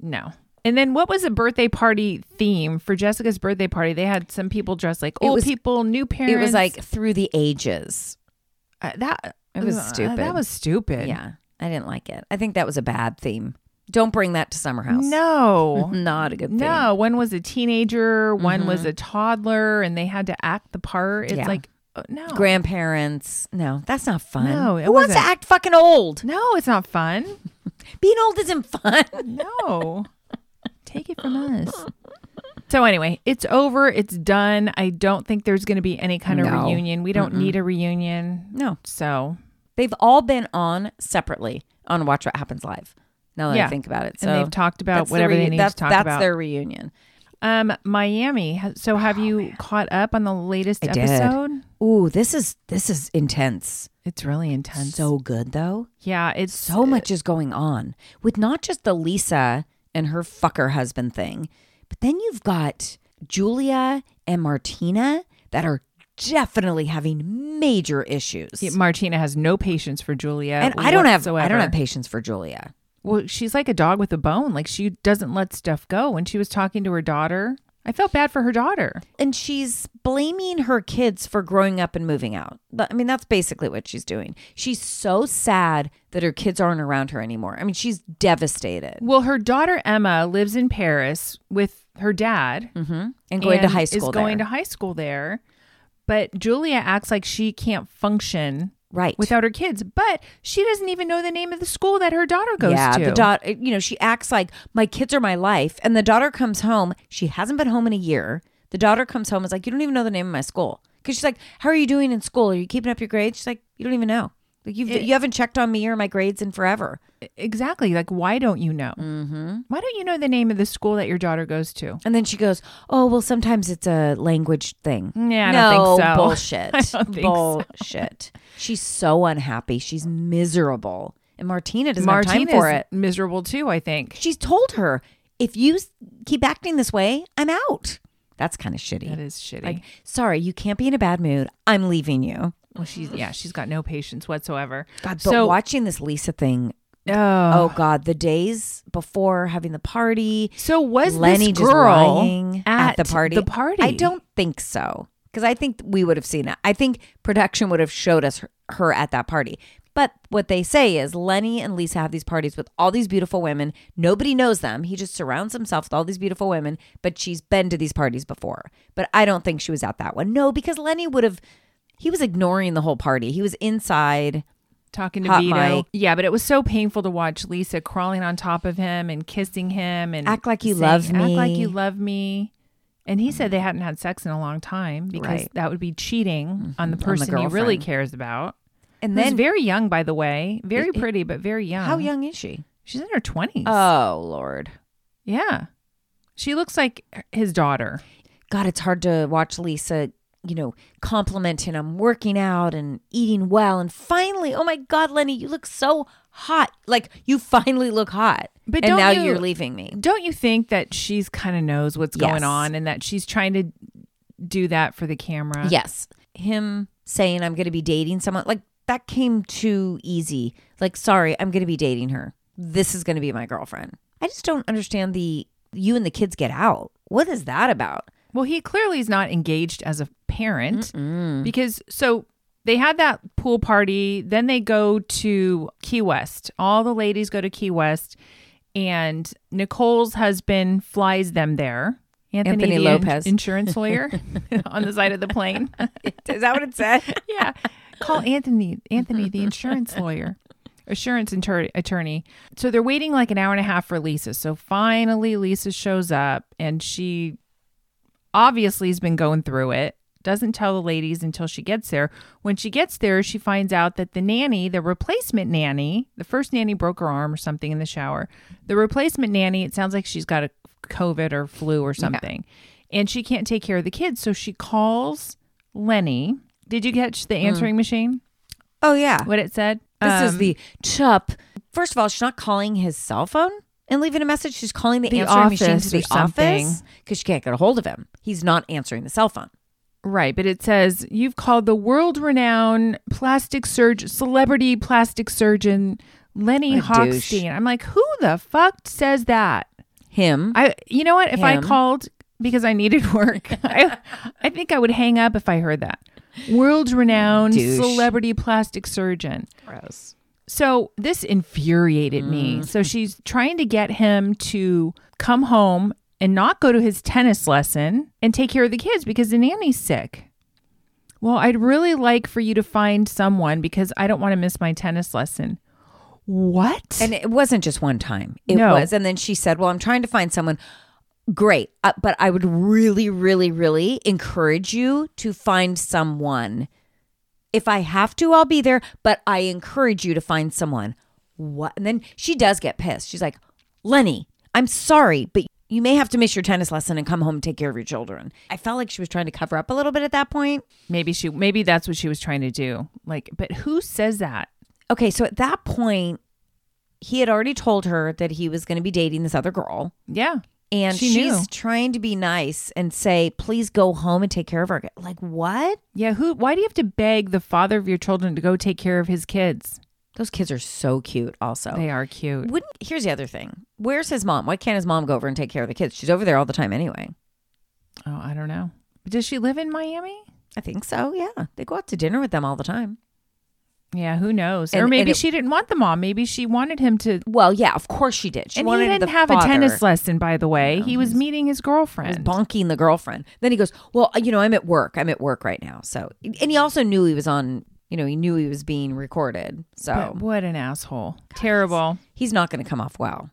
Speaker 3: no. And then what was the birthday party theme for Jessica's birthday party? They had some people dressed like old
Speaker 2: was-
Speaker 3: people, new parents.
Speaker 2: It was like through the ages.
Speaker 3: Uh, that.
Speaker 2: It was
Speaker 3: uh,
Speaker 2: stupid.
Speaker 3: That was stupid.
Speaker 2: Yeah, I didn't like it. I think that was a bad theme. Don't bring that to Summer House.
Speaker 3: No.
Speaker 2: not a good theme.
Speaker 3: No, one was a teenager, one was a toddler, and they had to act the part. It's
Speaker 2: Mm-hmm. Yeah.
Speaker 3: like uh, no,
Speaker 2: Grandparents, no, that's not fun.
Speaker 3: No, it
Speaker 2: Who wants to
Speaker 3: wasn't.
Speaker 2: act fucking old?
Speaker 3: no, it's not fun.
Speaker 2: Being old isn't fun.
Speaker 3: No, take it from us. So anyway, it's over. It's done. I don't think there's going to be any kind of
Speaker 2: No.
Speaker 3: reunion. We don't need a reunion.
Speaker 2: No,
Speaker 3: So
Speaker 2: they've all been on separately on Watch What Happens Live. Now that
Speaker 3: Yeah.
Speaker 2: I think about it, so
Speaker 3: and they've talked about
Speaker 2: That's the
Speaker 3: whatever
Speaker 2: reu-
Speaker 3: they need
Speaker 2: that's,
Speaker 3: to talk
Speaker 2: that's
Speaker 3: about.
Speaker 2: their reunion.
Speaker 3: um, Miami. Ha- So have you caught up on the latest
Speaker 2: I did.
Speaker 3: episode?
Speaker 2: Ooh, this is this is intense.
Speaker 3: It's really intense.
Speaker 2: So good though.
Speaker 3: yeah, it's
Speaker 2: So much is going on with not just the Lisa and her fucker husband thing, but then you've got Julia and Martina that are definitely having major issues.
Speaker 3: Martina has no patience for Julia,
Speaker 2: and I don't have I
Speaker 3: whatsoever.
Speaker 2: don't have patience for Julia.
Speaker 3: Well, she's like a dog with a bone. Like she doesn't let stuff go. When she was talking to her daughter, I felt bad for her daughter.
Speaker 2: And she's blaming her kids for growing up and moving out. But, I mean, that's basically what she's doing. She's so sad that her kids aren't around her anymore. I mean, she's devastated.
Speaker 3: Well, her daughter Emma lives in Paris with her dad
Speaker 2: hmm and going to
Speaker 3: and
Speaker 2: high school.
Speaker 3: Is going
Speaker 2: there.
Speaker 3: to high school there, but Julia acts like she can't function
Speaker 2: right
Speaker 3: without her kids. But she doesn't even know the name of the school that her daughter goes
Speaker 2: yeah,
Speaker 3: to.
Speaker 2: the daughter. You know, she acts like my kids are my life, and the daughter comes home. She hasn't been home in a year. The daughter comes home and is like, you don't even know the name of my school because she's like, how are you doing in school? Are you keeping up your grades? She's like, you don't even know. Like you've you haven't checked on me or my grades in forever.
Speaker 3: exactly. Like, why don't you know? Why don't you know the name of the school that your daughter goes to?
Speaker 2: And then she goes, "Oh well, sometimes it's a language thing."
Speaker 3: Yeah, I don't think
Speaker 2: No,
Speaker 3: so.
Speaker 2: Bullshit.
Speaker 3: I don't think so.
Speaker 2: bullshit. She's so unhappy. She's miserable, and Martina doesn't have
Speaker 3: Martina's
Speaker 2: time for it.
Speaker 3: miserable too, I think.
Speaker 2: She's told her, "If you s- keep acting this way, I'm out." That's kind of shitty.
Speaker 3: That is shitty.
Speaker 2: Like, sorry, you can't be in a bad mood. I'm leaving you.
Speaker 3: well, she's yeah, she's got no patience whatsoever.
Speaker 2: God, but
Speaker 3: so
Speaker 2: watching this Lisa thing.
Speaker 3: oh,
Speaker 2: Oh God, the days before having the party.
Speaker 3: so was
Speaker 2: Lenny
Speaker 3: this
Speaker 2: just
Speaker 3: girl
Speaker 2: lying at, the party?
Speaker 3: The party.
Speaker 2: I don't think so because I think we would have seen it. I think production would have showed us her, her at that party. But what they say is Lenny and Lisa have these parties with all these beautiful women. Nobody knows them. He just surrounds himself with all these beautiful women. But she's been to these parties before. But I don't think she was at that one. No, because Lenny would have. He was ignoring the whole party. He was inside.
Speaker 3: talking to
Speaker 2: Hot
Speaker 3: Vito.
Speaker 2: mic.
Speaker 3: Yeah, but it was so painful to watch Lisa crawling on top of him and kissing him and
Speaker 2: Act like you love
Speaker 3: Act like
Speaker 2: me."
Speaker 3: you love me. And he said they hadn't had sex in a long time because
Speaker 2: Right. Mm-hmm.
Speaker 3: that would be cheating on the
Speaker 2: the
Speaker 3: person he really
Speaker 2: girlfriend.
Speaker 3: cares about.
Speaker 2: And
Speaker 3: And then
Speaker 2: then
Speaker 3: very young, by the way, very pretty, but very young.
Speaker 2: how young is she?
Speaker 3: She's in her twenties.
Speaker 2: Oh Lord.
Speaker 3: yeah, she looks like his daughter.
Speaker 2: God, it's hard to watch Lisa, you know, complimenting him, working out and eating well. And finally, oh my God, Lenny, you look so hot. Like you finally look hot.
Speaker 3: But
Speaker 2: and
Speaker 3: don't
Speaker 2: now
Speaker 3: you-
Speaker 2: are leaving me.
Speaker 3: Don't you think that she's kind of knows what's
Speaker 2: Yes.
Speaker 3: going on and that she's trying to do that for the camera?
Speaker 2: Yes. Him saying I'm gonna be dating someone, like that came too easy. Like, sorry, I'm gonna be dating her. This is gonna be my girlfriend. I just don't understand the you and the kids get out. What is that about?
Speaker 3: Well, he clearly is not engaged as a parent because so they had that pool party, then they go to Key West. All the ladies go to Key West, and Nicole's husband flies them there. Anthony,
Speaker 2: Anthony
Speaker 3: the in-
Speaker 2: Lopez.
Speaker 3: insurance lawyer, on the side of the plane.
Speaker 2: Is that what it said?
Speaker 3: yeah. Call Anthony, Anthony, the insurance lawyer, assurance inter- attorney. So they're waiting like an hour and a half for Lisa. So finally, Lisa shows up and she obviously has been going through it. Doesn't tell the ladies until she gets there. When she gets there, she finds out that the nanny, the replacement nanny, the first nanny broke her arm or something in the shower. The replacement nanny, it sounds like she's got a COVID or flu or something, and she can't take care of the kids. So she calls Lenny. Did you catch the answering machine?
Speaker 2: oh yeah.
Speaker 3: What it said?
Speaker 2: Mm. This is
Speaker 3: Um,
Speaker 2: the chup. First of all, she's not calling his cell phone and leaving a message. She's calling the,
Speaker 3: The
Speaker 2: answering machine
Speaker 3: office
Speaker 2: to
Speaker 3: or
Speaker 2: the
Speaker 3: something.
Speaker 2: office because she can't get a hold of him. He's not answering the cell phone.
Speaker 3: Right, but it says you've called the world-renowned plastic surgeon, celebrity plastic surgeon Lenny
Speaker 2: A
Speaker 3: Hochstein.
Speaker 2: douche.
Speaker 3: I'm like, who the fuck says that?
Speaker 2: Him.
Speaker 3: I, you know what? If I
Speaker 2: Him.
Speaker 3: called because I needed work, I, I think I would hang up if I heard that. World-renowned
Speaker 2: Douche.
Speaker 3: celebrity plastic surgeon.
Speaker 2: Gross. Mm.
Speaker 3: So this infuriated me. So she's trying to get him to come home and not go to his tennis lesson and take care of the kids because the nanny's sick. Well, I'd really like for you to find someone because I don't want to miss my tennis lesson. What?
Speaker 2: And it wasn't just one time. It
Speaker 3: No.
Speaker 2: was. And then she said, Well, I'm trying to find someone. Great. Uh, but I would really, really, really encourage you to find someone. If I have to, I'll be there, but I encourage you to find someone. What? And then she does get pissed. She's like, Lenny, I'm sorry, but you may have to miss your tennis lesson and come home and take care of your children. I felt like she was trying to cover up a little bit at that point.
Speaker 3: maybe she maybe that's what she was trying to do. Like, but who says that?
Speaker 2: Okay. So at that point, he had already told her that he was going to be dating this other girl.
Speaker 3: Yeah.
Speaker 2: and
Speaker 3: She
Speaker 2: she's
Speaker 3: knew.
Speaker 2: trying to be nice and say, "Please go home and take care of her." kid." Like what?
Speaker 3: Yeah, who why do you have to beg the father of your children to go take care of his kids?
Speaker 2: Those kids are so cute. Also,
Speaker 3: They are cute.
Speaker 2: wouldn't. Here's the other thing. Where's his mom? Why can't his mom go over and take care of the kids? She's over there all the time anyway.
Speaker 3: Oh, I don't know. Does she live in Miami?
Speaker 2: I think so. Yeah, they go out to dinner with them all the time.
Speaker 3: Yeah, who knows?
Speaker 2: And-
Speaker 3: or
Speaker 2: and
Speaker 3: maybe
Speaker 2: it-
Speaker 3: she didn't want the mom. Maybe she wanted him to.
Speaker 2: Well, yeah, of course she did. She
Speaker 3: and he
Speaker 2: wanted
Speaker 3: didn't
Speaker 2: the
Speaker 3: have a
Speaker 2: father.
Speaker 3: tennis lesson, by the way. he was meeting his
Speaker 2: He was
Speaker 3: girlfriend.
Speaker 2: bonking the girlfriend. Then he goes, "Well, you know, I'm at work. I'm at work right now." So, and he also knew he was on. You know, he knew he was being recorded. So
Speaker 3: Oh. But what an asshole! Terrible.
Speaker 2: he's not going to come off well.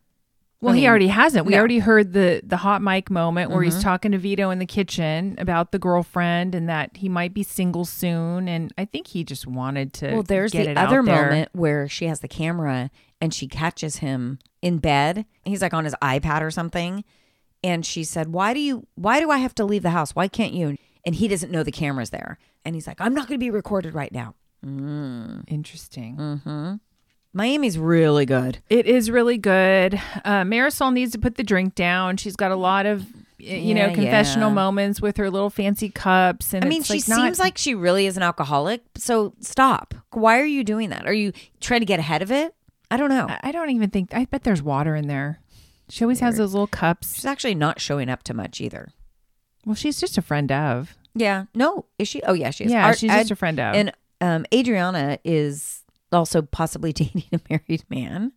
Speaker 3: Well, he
Speaker 2: mean,
Speaker 3: already hasn't. We
Speaker 2: no.
Speaker 3: already heard the the hot mic moment where
Speaker 2: Mm-hmm.
Speaker 3: he's talking to Vito in the kitchen about the girlfriend and that he might be single soon. And I think he just wanted to.
Speaker 2: Well, there's
Speaker 3: get
Speaker 2: the
Speaker 3: it out
Speaker 2: other
Speaker 3: there.
Speaker 2: moment where she has the camera and she catches him in bed. He's like on his iPad or something. And she said, Why do you, why do I have to leave the house? Why can't you? And he doesn't know the camera's there. And he's like, I'm not going to be recorded right now.
Speaker 3: Interesting.
Speaker 2: Mm. Miami's really good.
Speaker 3: It is really good. Uh, Marisol needs to put the drink down. She's got a lot of y- you
Speaker 2: Yeah,
Speaker 3: know confessional
Speaker 2: yeah.
Speaker 3: moments with her little fancy cups. And
Speaker 2: I mean,
Speaker 3: it's,
Speaker 2: she
Speaker 3: like, not-
Speaker 2: seems like she really is an alcoholic. So stop. Why are you doing that? Are you trying to get ahead of it? I don't know.
Speaker 3: I I don't even think. I bet there's water in there. She always has those little cups.
Speaker 2: She's actually not showing up to much either.
Speaker 3: Well, she's just a friend of.
Speaker 2: Yeah. No, is she? Oh, yeah, she is.
Speaker 3: Yeah,
Speaker 2: Ar-
Speaker 3: she's just
Speaker 2: Ad-
Speaker 3: a friend of.
Speaker 2: And um, Adriana is also possibly dating a married man.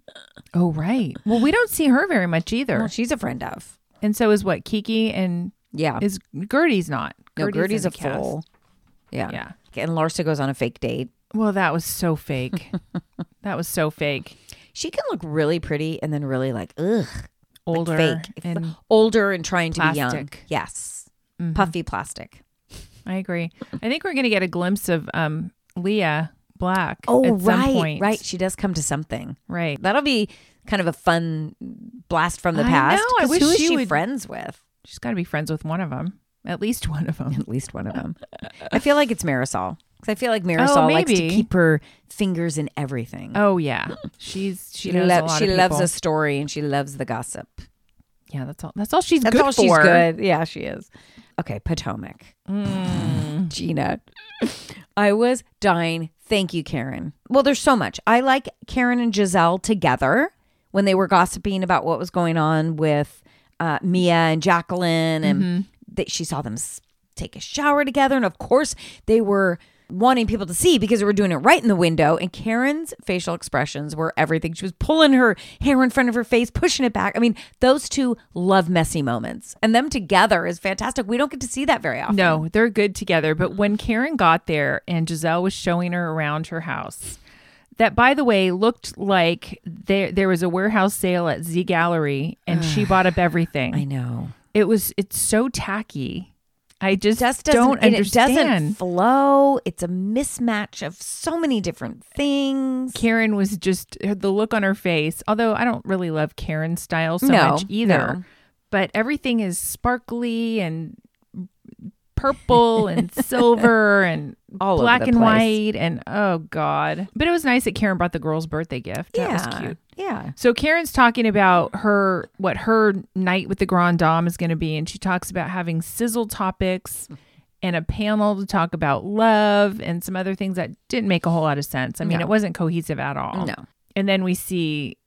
Speaker 3: oh, right. Well, we don't see her very much either.
Speaker 2: Well, she's a friend of.
Speaker 3: and so is what Kiki and
Speaker 2: Yeah.
Speaker 3: is Gertie's not.
Speaker 2: no,
Speaker 3: in
Speaker 2: Gertie's
Speaker 3: the
Speaker 2: a
Speaker 3: cast.
Speaker 2: fool. Yeah.
Speaker 3: Yeah.
Speaker 2: And Larsa goes on a fake date.
Speaker 3: Well, that was so fake. that was so fake.
Speaker 2: She can look really pretty and then really like, ugh, like
Speaker 3: Older
Speaker 2: fake.
Speaker 3: and
Speaker 2: Older and trying to be young.
Speaker 3: Plastic. Mm-hmm.
Speaker 2: Yes. Puffy plastic.
Speaker 3: I agree. I think we're gonna get a glimpse of um Leah Black.
Speaker 2: Oh,
Speaker 3: at some
Speaker 2: right.
Speaker 3: point.
Speaker 2: Right. She does come to something.
Speaker 3: right.
Speaker 2: That'll be kind of a fun blast from the
Speaker 3: I
Speaker 2: past.
Speaker 3: know. I
Speaker 2: 'cause
Speaker 3: wish
Speaker 2: who is
Speaker 3: she
Speaker 2: she
Speaker 3: would-
Speaker 2: friends with?
Speaker 3: She's got to be friends with one of them, at least one of them.
Speaker 2: at least one of them. I feel like it's Marisol because I feel like Marisol
Speaker 3: Oh,
Speaker 2: likes to
Speaker 3: maybe.
Speaker 2: keep her fingers in everything.
Speaker 3: Oh yeah, she's
Speaker 2: she
Speaker 3: she knows
Speaker 2: lo-
Speaker 3: a lot
Speaker 2: she
Speaker 3: of
Speaker 2: loves
Speaker 3: people.
Speaker 2: a story and she loves the gossip.
Speaker 3: Yeah, that's all. That's all she's
Speaker 2: That's
Speaker 3: good
Speaker 2: all
Speaker 3: for.
Speaker 2: she's good. Yeah, she is. Okay, Potomac,
Speaker 3: Mm.
Speaker 2: Gina. I was dying. Thank you, Karen. Well, there's so much. I like Karen and Giselle together when they were gossiping about what was going on with uh, Mia and Jacqueline, and that she saw them s- take a shower together. And of course, they were wanting people to see because they were doing it right in the window. And Karen's facial expressions were everything. She was pulling her hair in front of her face, pushing it back. I mean, those two love messy moments, and them together is fantastic. We don't get to see that very often.
Speaker 3: No, they're good together. But when Karen got there and Giselle was showing her around her house, that by the way looked like there there was a warehouse sale at Z Gallery, and she bought up everything.
Speaker 2: I know.
Speaker 3: It was it's so tacky. I just
Speaker 2: just doesn't,
Speaker 3: don't
Speaker 2: and it
Speaker 3: understand.
Speaker 2: doesn't flow. It's a mismatch of so many different things.
Speaker 3: Karen was just the look on her face. Although I don't really love Karen's style so
Speaker 2: No,
Speaker 3: much either,
Speaker 2: no.
Speaker 3: but everything is sparkly and purple and silver and
Speaker 2: All over
Speaker 3: black
Speaker 2: the
Speaker 3: and
Speaker 2: place.
Speaker 3: white and oh god. But it was nice that Karen brought the girl's birthday gift. That
Speaker 2: yeah,
Speaker 3: was cute.
Speaker 2: yeah.
Speaker 3: So Karen's talking about her what her night with the Grand Dame is going to be, and she talks about having sizzle topics and a panel to talk about love and some other things that didn't make a whole lot of sense. I mean,
Speaker 2: No.
Speaker 3: it wasn't cohesive at all.
Speaker 2: No.
Speaker 3: And then we see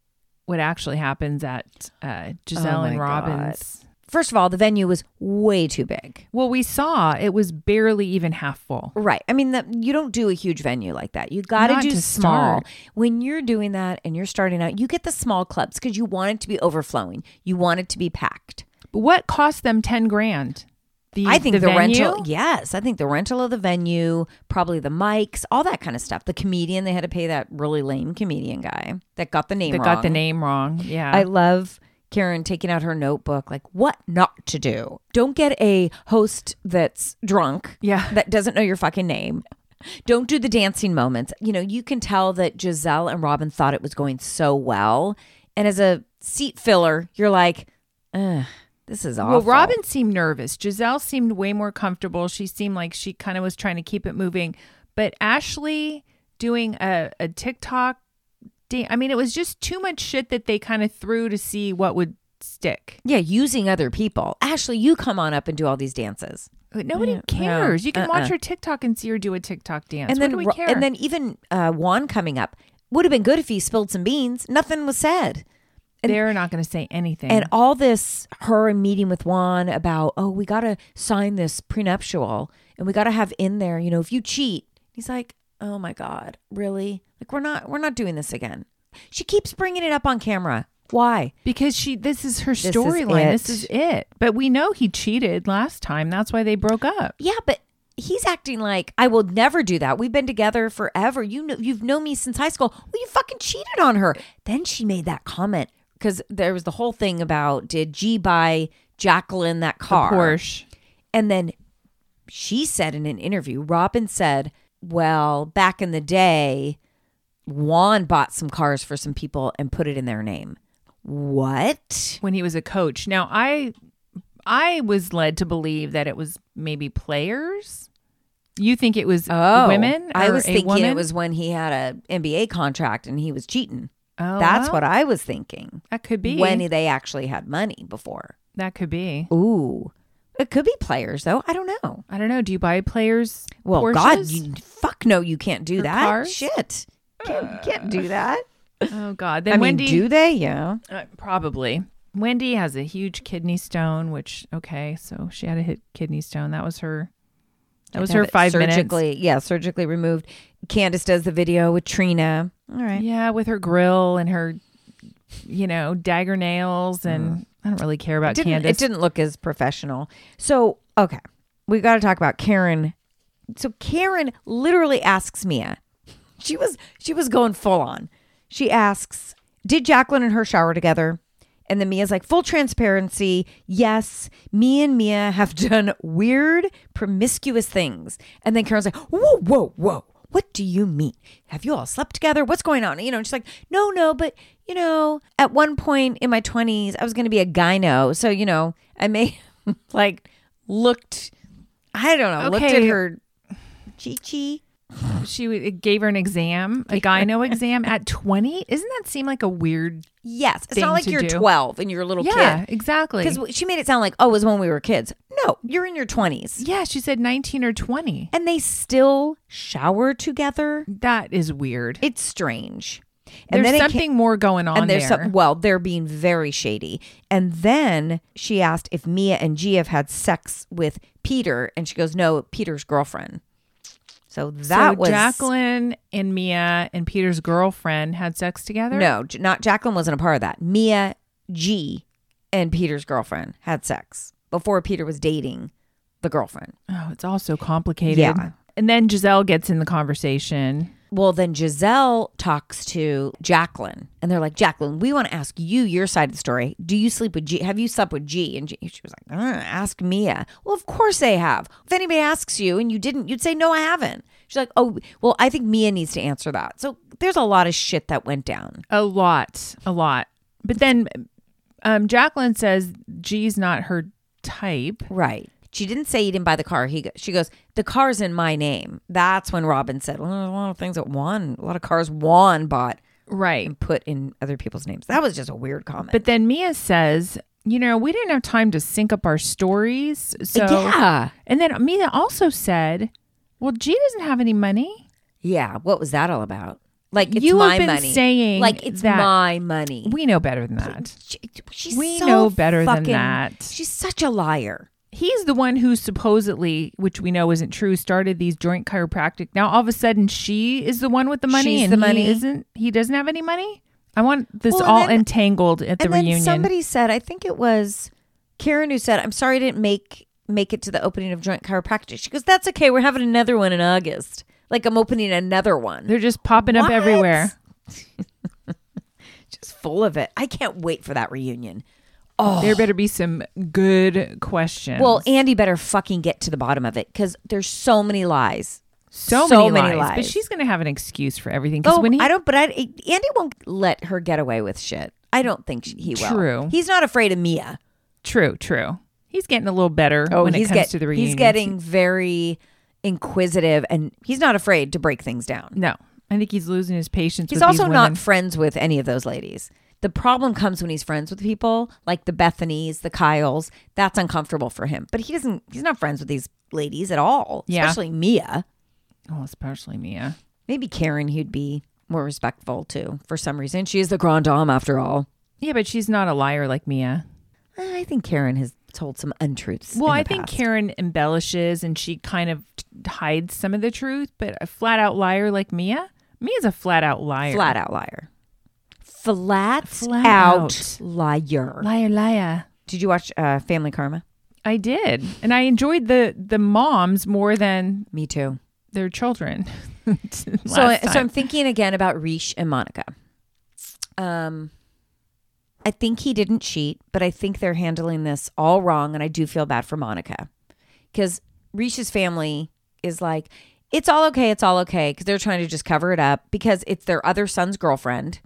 Speaker 3: what actually happens at uh, Giselle
Speaker 2: Oh
Speaker 3: and
Speaker 2: my God.
Speaker 3: Robin's.
Speaker 2: First of all, the venue was way too big.
Speaker 3: Well, we saw it was barely even half full.
Speaker 2: Right. I mean, that you don't do a huge venue like that. You got
Speaker 3: Not
Speaker 2: do
Speaker 3: to
Speaker 2: small.
Speaker 3: start.
Speaker 2: When you're doing that and you're starting out, you get the small clubs because you want it to be overflowing. You want it to be packed.
Speaker 3: But what cost them ten grand? The,
Speaker 2: I think the,
Speaker 3: venue?
Speaker 2: rental. Yes, I think the rental of the venue, probably the mics, all that kind of stuff. The comedian they had to pay that really lame comedian guy that got the name.
Speaker 3: that got the
Speaker 2: wrong.
Speaker 3: name wrong. Yeah,
Speaker 2: I love Karen taking out her notebook, like what not to do. Don't get a host that's drunk.
Speaker 3: Yeah.
Speaker 2: That doesn't know your fucking name. Don't do the dancing moments. You know, you can tell that Giselle and Robin thought it was going so well. And as a seat filler, you're like, Ugh, this is awful.
Speaker 3: Well, Robin seemed nervous. Giselle seemed way more comfortable. She seemed like she kind of was trying to keep it moving. But Ashley doing a, a TikTok, da- I mean, it was just too much shit that they kind of threw to see what would stick.
Speaker 2: Yeah, using other people. Ashley, you come on up and do all these dances.
Speaker 3: But Nobody
Speaker 2: Yeah,
Speaker 3: cares.
Speaker 2: no,
Speaker 3: You
Speaker 2: uh-uh.
Speaker 3: can watch her TikTok and see her do a TikTok dance.
Speaker 2: and then
Speaker 3: what do we
Speaker 2: Ro-
Speaker 3: care?
Speaker 2: and then even uh, Juan coming up would have been good if he spilled some beans. Nothing was said. and-
Speaker 3: they're not going to say anything.
Speaker 2: And all this, her meeting with Juan about, oh, we got to sign this prenuptial and we got to have in there, you know, if you cheat. He's like, oh my God, really? Like, we're not, we're not doing this again. She keeps bringing it up on camera. Why?
Speaker 3: because she, this is her
Speaker 2: is
Speaker 3: storyline. This,
Speaker 2: it.
Speaker 3: is it. But we know he cheated last time. That's why they broke up.
Speaker 2: Yeah, but he's acting like I will never do that. We've been together forever. You know, you've known me since high school. Well, you fucking cheated on her. Then she made that comment because there was the whole thing about did G buy Jacqueline that car?
Speaker 3: Porsche.
Speaker 2: And then she said in an interview, Robin said, Well, back in the day, Juan bought some cars for some people and put it in their name. What?
Speaker 3: when he was a coach. Now I I was led to believe that it was maybe players. You think it was women?
Speaker 2: Oh, I
Speaker 3: or
Speaker 2: was
Speaker 3: a
Speaker 2: thinking
Speaker 3: woman?
Speaker 2: it was when he had a NBA contract and he was cheating.
Speaker 3: Oh,
Speaker 2: That's
Speaker 3: wow.
Speaker 2: what I was thinking.
Speaker 3: that could be.
Speaker 2: When they actually had money before.
Speaker 3: that could be.
Speaker 2: Ooh. It could be players though. I don't know.
Speaker 3: I don't know. Do you buy players?
Speaker 2: Well,
Speaker 3: Porsches?
Speaker 2: God, you, fuck no, you can't do
Speaker 3: Or
Speaker 2: that.
Speaker 3: cars?
Speaker 2: Shit, can't can't do that.
Speaker 3: oh God. Then
Speaker 2: I mean,
Speaker 3: Wendy
Speaker 2: do they? Yeah.
Speaker 3: uh, probably. Wendy has a huge kidney stone, which okay, so she had a hit kidney stone. That was her. That was
Speaker 2: Have
Speaker 3: her
Speaker 2: it
Speaker 3: five minutes.
Speaker 2: surgically, Yeah, surgically removed. Candace does the video with Trina. All right.
Speaker 3: Yeah, with her grill and her, you know, dagger nails, and I don't really care about
Speaker 2: Didn't,
Speaker 3: Candace.
Speaker 2: Mm. It didn't look as professional. So okay, we got to talk about Karen. So Karen literally asks Mia. She was she was going full on. She asks, "Did Jacqueline and her shower together?" And then Mia's like, "Full transparency, yes. Me and Mia have done weird, promiscuous things." And then Karen's like, "Whoa, whoa, whoa." What do you mean? Have you all slept together? What's going on? You know, and she's like, no, no, but you know, at one point in my 20s, I was going to be a gyno. So, you know, I may like looked, I don't know, looked at
Speaker 3: Okay.
Speaker 2: her chi chi.
Speaker 3: she w- it gave her an exam, a gyno exam at 20. Doesn't that seem like a weird?
Speaker 2: Yes. It's
Speaker 3: Thing
Speaker 2: not like
Speaker 3: to
Speaker 2: you're
Speaker 3: do.
Speaker 2: 12 and you're a little
Speaker 3: Yeah,
Speaker 2: kid.
Speaker 3: exactly.
Speaker 2: Because she made it sound like, oh, it was when we were kids. No, you're in your 20s.
Speaker 3: Yeah, she said 19 or 20.
Speaker 2: And they still shower together.
Speaker 3: That is weird.
Speaker 2: It's strange.
Speaker 3: There's
Speaker 2: it ca-
Speaker 3: something more going on
Speaker 2: and there's
Speaker 3: there.
Speaker 2: some well they're being very shady and then she asked if mia and Gia have had sex with peter and she goes no peter's girlfriend so that
Speaker 3: so
Speaker 2: was
Speaker 3: Jacqueline and Mia and Peter's girlfriend had sex together.
Speaker 2: no J- not jacqueline wasn't a part of that mia g and peter's girlfriend had sex before peter was dating the girlfriend
Speaker 3: oh, it's all so complicated.
Speaker 2: Yeah.
Speaker 3: and then Giselle gets in the conversation.
Speaker 2: Well, then Giselle talks to Jacqueline, and they're like, Jacqueline, we want to ask you your side of the story. Do you sleep with G? Have you slept with G? And G- she was like, "Uh, ask Mia. Well, of course they have. If anybody asks you and you didn't, you'd say, no, I haven't. She's like, oh, well, I think Mia needs to answer that. So there's a lot of shit that went down.
Speaker 3: A lot, a lot. But then, um, Jacqueline says G's not her type.
Speaker 2: Right. She didn't say you didn't buy the car. He go- she goes, the car's in my name. That's when Robin said, well, a lot of things that Juan, a lot of cars Juan bought
Speaker 3: Right.
Speaker 2: and put in other people's names. That was just a weird comment.
Speaker 3: But then Mia says, you know, we didn't have time to sync up our stories. So
Speaker 2: Uh, yeah.
Speaker 3: And then Mia also said, well, G doesn't have any money.
Speaker 2: Yeah, what was that all about? Like it's
Speaker 3: You have
Speaker 2: my
Speaker 3: been
Speaker 2: money.
Speaker 3: saying
Speaker 2: like it's
Speaker 3: that-
Speaker 2: my money.
Speaker 3: We know better than that.
Speaker 2: She- she's
Speaker 3: we
Speaker 2: so
Speaker 3: know better than
Speaker 2: fucking-
Speaker 3: that.
Speaker 2: She's such a liar.
Speaker 3: He's the one who supposedly, which we know isn't true, started these joint chiropractic. Now all of a sudden she is the one with the money
Speaker 2: She's
Speaker 3: and
Speaker 2: the
Speaker 3: he
Speaker 2: money.
Speaker 3: isn't he doesn't have any money? I want this
Speaker 2: Well, and
Speaker 3: all
Speaker 2: then-
Speaker 3: entangled at the
Speaker 2: and then
Speaker 3: reunion.
Speaker 2: somebody said, I think it was Karen who said, "I'm sorry I didn't make make it to the opening of Joint Chiropractic." She goes, "That's okay. We're having another one in August. Like I'm opening another one.
Speaker 3: They're just popping up
Speaker 2: What?
Speaker 3: everywhere.
Speaker 2: just full of it. I can't wait for that reunion."
Speaker 3: There better be some good questions.
Speaker 2: Oh. Well, Andy better fucking get to the bottom of it because there's so many lies.
Speaker 3: so,
Speaker 2: so
Speaker 3: many,
Speaker 2: many
Speaker 3: lies. But
Speaker 2: lies.
Speaker 3: she's going to have an excuse for everything. Because
Speaker 2: Oh,
Speaker 3: when he,
Speaker 2: I don't. But I, Andy won't let her get away with shit. I don't think she, he will.
Speaker 3: True.
Speaker 2: He's not afraid of Mia.
Speaker 3: true, true. He's getting a little better Oh, when
Speaker 2: Oh,
Speaker 3: it
Speaker 2: he's
Speaker 3: comes
Speaker 2: get-
Speaker 3: to the reunion.
Speaker 2: He's getting very inquisitive, and he's not afraid to break things down.
Speaker 3: no. I think he's losing his patience.
Speaker 2: He's
Speaker 3: with these
Speaker 2: also not
Speaker 3: women.
Speaker 2: friends with any of those ladies. The problem comes when he's friends with people like the Bethanies, the Kyles. That's uncomfortable for him. But he doesn't. He's not friends with these ladies at all.
Speaker 3: Yeah.
Speaker 2: Especially Mia.
Speaker 3: Oh, especially Mia.
Speaker 2: Maybe Karen. He'd be more respectful to for some reason. She is the grande dame after all. Eh,
Speaker 3: Yeah, but she's not a liar like Mia.
Speaker 2: I think Karen has told some untruths.
Speaker 3: Well,
Speaker 2: in the
Speaker 3: I think
Speaker 2: past.
Speaker 3: Karen embellishes and she kind of t- hides some of the truth, but a flat out liar like Mia, Mia's a flat out liar.
Speaker 2: flat out liar, flat,
Speaker 3: Flat
Speaker 2: out liar.
Speaker 3: liar, liar.
Speaker 2: Did you watch uh, Family Karma?
Speaker 3: I did, and I enjoyed the the moms more than
Speaker 2: Me too.
Speaker 3: their children. so,
Speaker 2: so, so I'm thinking again about Riche and Monica. Um, I I think he didn't cheat, but I think they're handling this all wrong. And I do feel bad for Monica because Risha's family is like, it's all okay. It's all okay. Because they're trying to just cover it up because it's their other son's girlfriend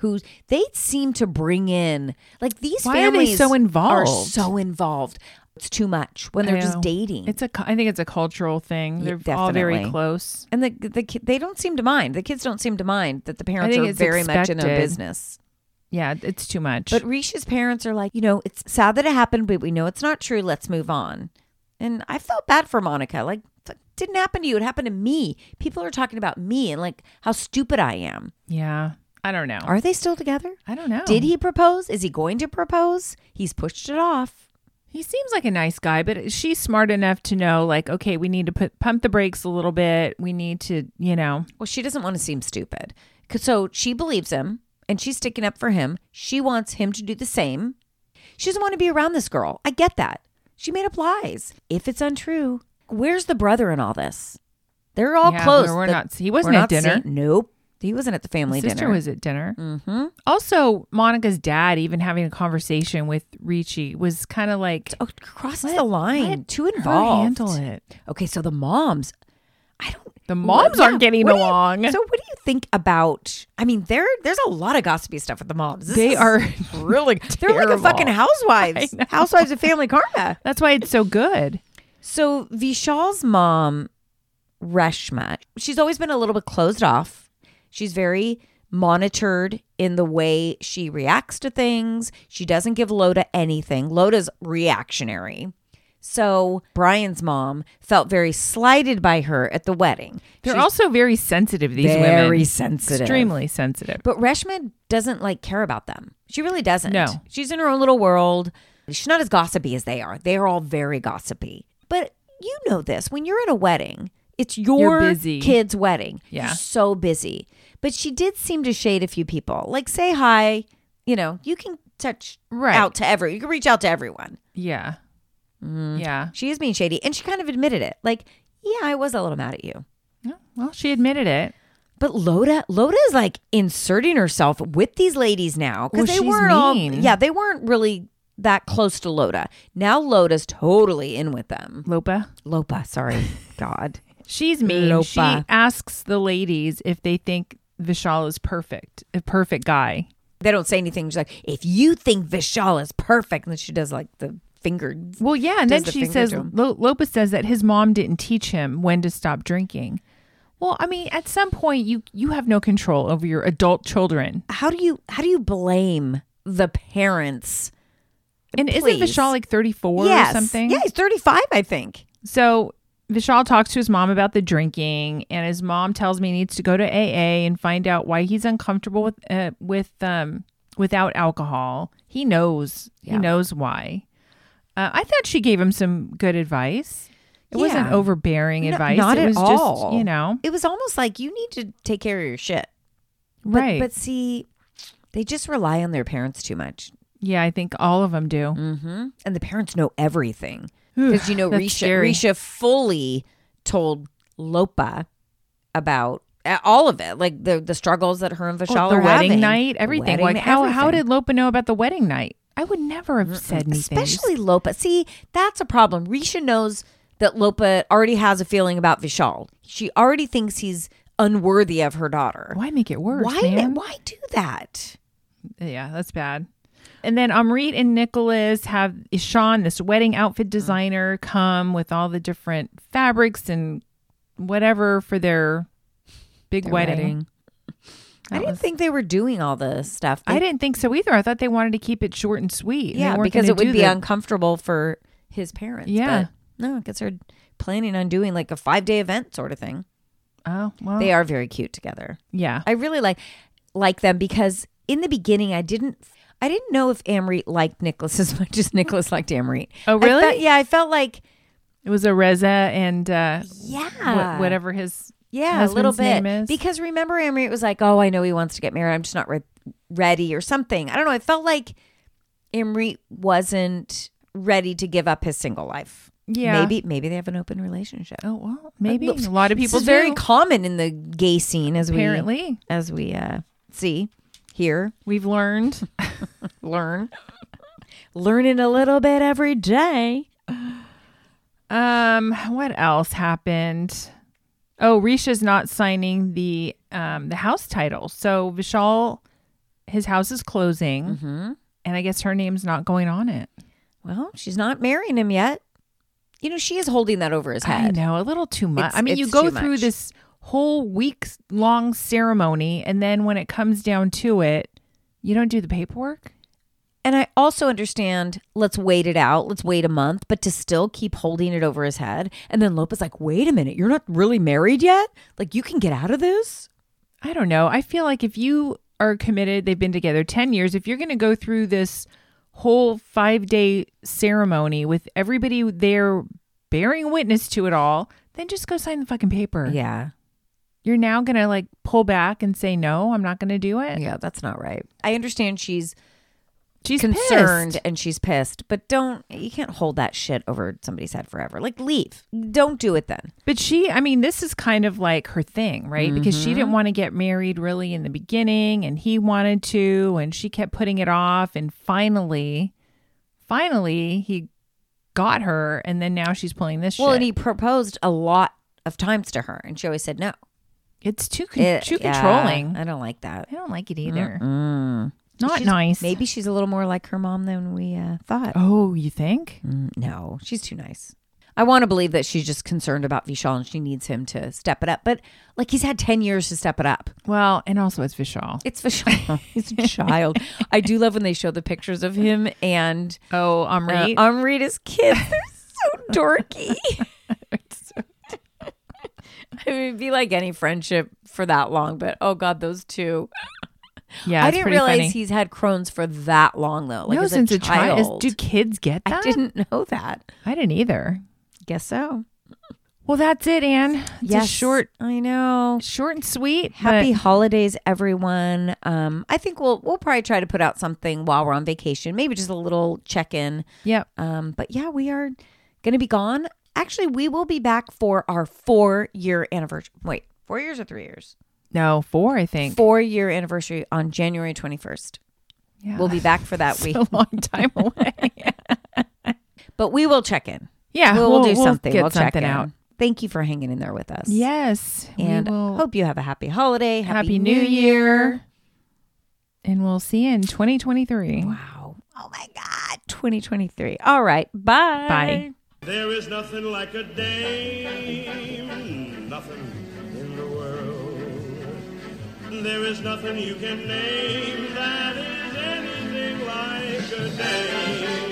Speaker 2: who they seem to bring in. Like these
Speaker 3: Why are they
Speaker 2: families
Speaker 3: so involved?
Speaker 2: Are so involved. It's too much when
Speaker 3: I
Speaker 2: they're just
Speaker 3: know.
Speaker 2: dating.
Speaker 3: It's a. cu- I think it's a cultural thing.
Speaker 2: Yeah,
Speaker 3: They're all very
Speaker 2: definitely.
Speaker 3: close.
Speaker 2: and the the ki- they don't seem to mind. The kids don't seem to mind that the parents
Speaker 3: think
Speaker 2: are
Speaker 3: it's
Speaker 2: very much in their
Speaker 3: expected.
Speaker 2: business.
Speaker 3: Yeah, it's too much.
Speaker 2: But Risha's parents are like, you know, it's sad that it happened, but we know it's not true. Let's move on. And I felt bad for Monica. Like, it didn't happen to you. It happened to me. People are talking about me and like how stupid I am.
Speaker 3: yeah, I don't know.
Speaker 2: Are they still together?
Speaker 3: I don't know.
Speaker 2: Did he propose? Is he going to propose? He's pushed it off.
Speaker 3: He seems like a nice guy, but she's smart enough to know, like, okay, we need to put pump the brakes a little bit. We need to, you know,
Speaker 2: Well, she doesn't want to seem stupid. 'Cause- So she believes him and she's sticking up for him. She wants him to do the same. She doesn't want to be around this girl. I get that. She made up lies. If it's untrue, where's the brother in all this? They're all
Speaker 3: Yeah,
Speaker 2: close.
Speaker 3: we're- we're
Speaker 2: The-
Speaker 3: not- he wasn't at dinner.
Speaker 2: seeing- nope. He wasn't at the family
Speaker 3: sister
Speaker 2: dinner.
Speaker 3: was at dinner. Mm-hmm. Also, Monica's dad even having a conversation with Ricci was kind of like
Speaker 2: oh, crosses
Speaker 3: Let-
Speaker 2: the line.
Speaker 3: let
Speaker 2: Too
Speaker 3: her
Speaker 2: involved.
Speaker 3: handle it.
Speaker 2: Okay, so the moms, I don't.
Speaker 3: The moms aren't getting
Speaker 2: what do you-
Speaker 3: along.
Speaker 2: so what do you think about? I mean, there there's a lot of gossipy stuff with the moms. This
Speaker 3: They
Speaker 2: is-
Speaker 3: are really.
Speaker 2: They're like a fucking
Speaker 3: terrible.
Speaker 2: housewives. Housewives of Family Karma.
Speaker 3: That's why it's so good.
Speaker 2: So Vishal's mom, Reshma, she's always been a little bit closed off. She's very monitored in the way she reacts to things. She doesn't give Loda anything. Loda's reactionary. So Brian's mom felt very slighted by her at the wedding.
Speaker 3: They're
Speaker 2: She's
Speaker 3: also very sensitive. These women,
Speaker 2: very sensitive.
Speaker 3: extremely sensitive.
Speaker 2: But Reshma doesn't like care about them. She really doesn't.
Speaker 3: No.
Speaker 2: She's in her own little world. She's not as gossipy as they are. They are all very gossipy. But you know this. When you're at a wedding, it's your
Speaker 3: You're busy.
Speaker 2: kid's wedding.
Speaker 3: Yeah.
Speaker 2: You're so busy. But she did seem to shade a few people. Like say hi, you know, you can touch
Speaker 3: Right.
Speaker 2: out to every you can reach out to everyone.
Speaker 3: Yeah,
Speaker 2: Mm-hmm.
Speaker 3: yeah.
Speaker 2: She is being shady. And she kind of admitted it. Like, yeah, I was a little mad at you.
Speaker 3: Yeah. Well, she admitted it.
Speaker 2: But Loda, Loda is like inserting herself with these ladies now because
Speaker 3: Well,
Speaker 2: they
Speaker 3: she's
Speaker 2: weren't all,
Speaker 3: mean.
Speaker 2: yeah, they weren't really that close to Loda. Now Loda's totally in with them.
Speaker 3: Lopa.
Speaker 2: Lopa, sorry, God,
Speaker 3: She's mean. She
Speaker 2: Lopa.
Speaker 3: asks the ladies if they think Vishal is perfect, a perfect guy.
Speaker 2: they don't say anything. She's like, if you think Vishal is perfect, and then she does like the finger.
Speaker 3: Well, yeah, and
Speaker 2: Does
Speaker 3: then
Speaker 2: the
Speaker 3: she
Speaker 2: finger
Speaker 3: says
Speaker 2: to him.
Speaker 3: Lo- Lopa says that his mom didn't teach him when to stop drinking. Well, I mean, at some point you you have no control over your adult children.
Speaker 2: How do you how do you blame the parents?
Speaker 3: And isn't
Speaker 2: Please.
Speaker 3: Vishal like 34
Speaker 2: yes,
Speaker 3: or something?
Speaker 2: yeah, he's thirty five, I think.
Speaker 3: So Vishal talks to his mom about the drinking, and his mom tells me he needs to go to AA and find out why he's uncomfortable with uh, with um without alcohol. He knows.
Speaker 2: Yeah.
Speaker 3: He knows why. Uh, I thought she gave him some good advice. It wasn't
Speaker 2: Yeah.
Speaker 3: overbearing
Speaker 2: No,
Speaker 3: advice.
Speaker 2: not
Speaker 3: it
Speaker 2: at
Speaker 3: was
Speaker 2: all.
Speaker 3: just you know
Speaker 2: It was almost like you need to take care of your shit. But,
Speaker 3: right.
Speaker 2: But see, they just rely on their parents too much.
Speaker 3: yeah, I think all of them do.
Speaker 2: Mm-hmm. And the parents know everything. Because, you know,
Speaker 3: that's
Speaker 2: Risha,
Speaker 3: scary.
Speaker 2: Risha fully told Lopa about uh, all of it, like the the struggles that her and
Speaker 3: Oh,
Speaker 2: Vishal
Speaker 3: the
Speaker 2: are
Speaker 3: wedding
Speaker 2: having.
Speaker 3: night, everything.
Speaker 2: Wedding,
Speaker 3: like how how
Speaker 2: everything. Mm,
Speaker 3: did Lopa know about the wedding night? I would never have said anything.
Speaker 2: Especially Lopa. See, that's a problem. Risha knows that Lopa already has a feeling about Vishal. She already thinks he's unworthy of her daughter.
Speaker 3: why make it worse?
Speaker 2: Why,
Speaker 3: man?
Speaker 2: why do that?
Speaker 3: Yeah, that's bad. And then Amrit and Nicholas have Ishan, this wedding
Speaker 2: Mm-hmm.
Speaker 3: outfit designer, come with all the different fabrics and whatever for their big wedding.
Speaker 2: I didn't think they were doing all the stuff. They
Speaker 3: I didn't think so either. I thought they wanted to keep it short and sweet. and they
Speaker 2: Yeah,
Speaker 3: weren't
Speaker 2: because
Speaker 3: gonna
Speaker 2: it would
Speaker 3: do
Speaker 2: be
Speaker 3: the-
Speaker 2: uncomfortable for his parents.
Speaker 3: Yeah.
Speaker 2: But no, because they're planning on doing like a five day event sort of thing.
Speaker 3: Oh well,
Speaker 2: They are very cute together.
Speaker 3: yeah.
Speaker 2: I really like like them because in the beginning I didn't I didn't know if Amrit liked Nicholas as much as Nicholas liked Amrit.
Speaker 3: Oh,
Speaker 2: I
Speaker 3: really?
Speaker 2: felt- yeah, I felt like
Speaker 3: It was a Reza and uh,
Speaker 2: yeah,
Speaker 3: wh- whatever his
Speaker 2: Yeah, a little
Speaker 3: husband's
Speaker 2: bit.
Speaker 3: name is.
Speaker 2: Because remember, Amory, it was like, oh, I know he wants to get married. I'm just not re- ready or something. I don't know. I felt like Amory wasn't ready to give up his single life.
Speaker 3: Yeah.
Speaker 2: Maybe maybe they have an open relationship.
Speaker 3: Oh well, maybe
Speaker 2: Look,
Speaker 3: a lot of people
Speaker 2: This is very
Speaker 3: do,
Speaker 2: common in the gay scene as we
Speaker 3: apparently.
Speaker 2: as we uh, see. here.
Speaker 3: We've learned.
Speaker 2: Learn. Learning a little bit every day.
Speaker 3: Um, what else happened? Oh, Risha's not signing the um the house title. So Vishal, his house is closing,
Speaker 2: Mm-hmm.
Speaker 3: and I guess her name's not going on it.
Speaker 2: Well, she's not marrying him yet. You know, she is holding that over his
Speaker 3: I
Speaker 2: head.
Speaker 3: know a little too much.
Speaker 2: It's-
Speaker 3: I mean, you
Speaker 2: it's
Speaker 3: go
Speaker 2: too
Speaker 3: through
Speaker 2: much.
Speaker 3: this whole week long ceremony, and then when it comes down to it, you don't do the paperwork.
Speaker 2: And I also understand let's wait it out, let's wait a month, but to still keep holding it over his head. And then Lopez like, wait a minute, you're not really married yet? Like you can get out of this?
Speaker 3: I don't know. I feel like if you are committed, they've been together 10 years, if you're going to go through this whole five day ceremony with everybody there bearing witness to it all, then just go sign the fucking paper.
Speaker 2: Yeah.
Speaker 3: You're now going to like pull back and say, no, I'm not going to do it.
Speaker 2: Yeah, that's not right. I understand she's
Speaker 3: She's
Speaker 2: concerned
Speaker 3: pissed.
Speaker 2: and she's pissed, but don't you can't hold that shit over somebody's head forever. Like leave. Don't do it then.
Speaker 3: But she, I mean, this is kind of like her thing, right? Because she
Speaker 2: Mm-hmm.
Speaker 3: didn't want to get married really in the beginning and he wanted to and she kept putting it off. And finally, finally, he got her and then now she's pulling this
Speaker 2: Well,
Speaker 3: shit.
Speaker 2: and he proposed a lot of times to her and she always said no.
Speaker 3: it's too, con-
Speaker 2: It-
Speaker 3: too
Speaker 2: yeah,
Speaker 3: controlling.
Speaker 2: I don't like that.
Speaker 3: I don't like it either.
Speaker 2: Mm.
Speaker 3: Not
Speaker 2: She's-
Speaker 3: nice.
Speaker 2: Maybe she's a little more like her mom than we uh, thought.
Speaker 3: Oh, you think?
Speaker 2: Mm, No, she's too nice. I want to believe that she's just concerned about Vishal and she needs him to step it up. But like he's had 10 years to step it up.
Speaker 3: Well, and also it's Vishal.
Speaker 2: It's Vishal. he's a child. I do love when they show the pictures of him and
Speaker 3: Oh,
Speaker 2: uh,
Speaker 3: Amrit.
Speaker 2: Amrita's kids. They're so dorky. I mean, it'd be like any friendship for that long, but oh God, those two.
Speaker 3: yeah,
Speaker 2: I
Speaker 3: it's
Speaker 2: didn't
Speaker 3: pretty
Speaker 2: realize
Speaker 3: funny.
Speaker 2: he's had Crohn's for that long, though. Like,
Speaker 3: no,
Speaker 2: as
Speaker 3: since
Speaker 2: a
Speaker 3: a child.
Speaker 2: child.
Speaker 3: Do kids get that?
Speaker 2: I didn't know that.
Speaker 3: I didn't either.
Speaker 2: Guess so.
Speaker 3: Well, that's it, Anne. It's a short,
Speaker 2: I know.
Speaker 3: short and sweet. but-
Speaker 2: Happy holidays, everyone. Um, I think we'll we'll probably try to put out something while we're on vacation. Maybe just a little check in.
Speaker 3: Yep.
Speaker 2: Um, but yeah, we are going to be gone. Actually, we will be back for our four year anniversary. Wait, four years or three years?
Speaker 3: No, four, I think.
Speaker 2: Four year anniversary on January twenty first.
Speaker 3: Yeah.
Speaker 2: We'll be back for that week,
Speaker 3: a long time away.
Speaker 2: but we will check in.
Speaker 3: yeah,
Speaker 2: we'll, we'll do something.
Speaker 3: Uh, Get
Speaker 2: we'll check
Speaker 3: something
Speaker 2: in.
Speaker 3: out.
Speaker 2: Thank you for hanging in there with us.
Speaker 3: Yes, we
Speaker 2: and
Speaker 3: will-
Speaker 2: hope you have a happy holiday.
Speaker 3: happy, New Year, and we'll see you in 2023.
Speaker 2: Wow. Oh my God. 2023. All right. Bye.
Speaker 3: Bye.
Speaker 4: There is nothing like a dame, nothing in the world. There is nothing you can name that is anything like a dame.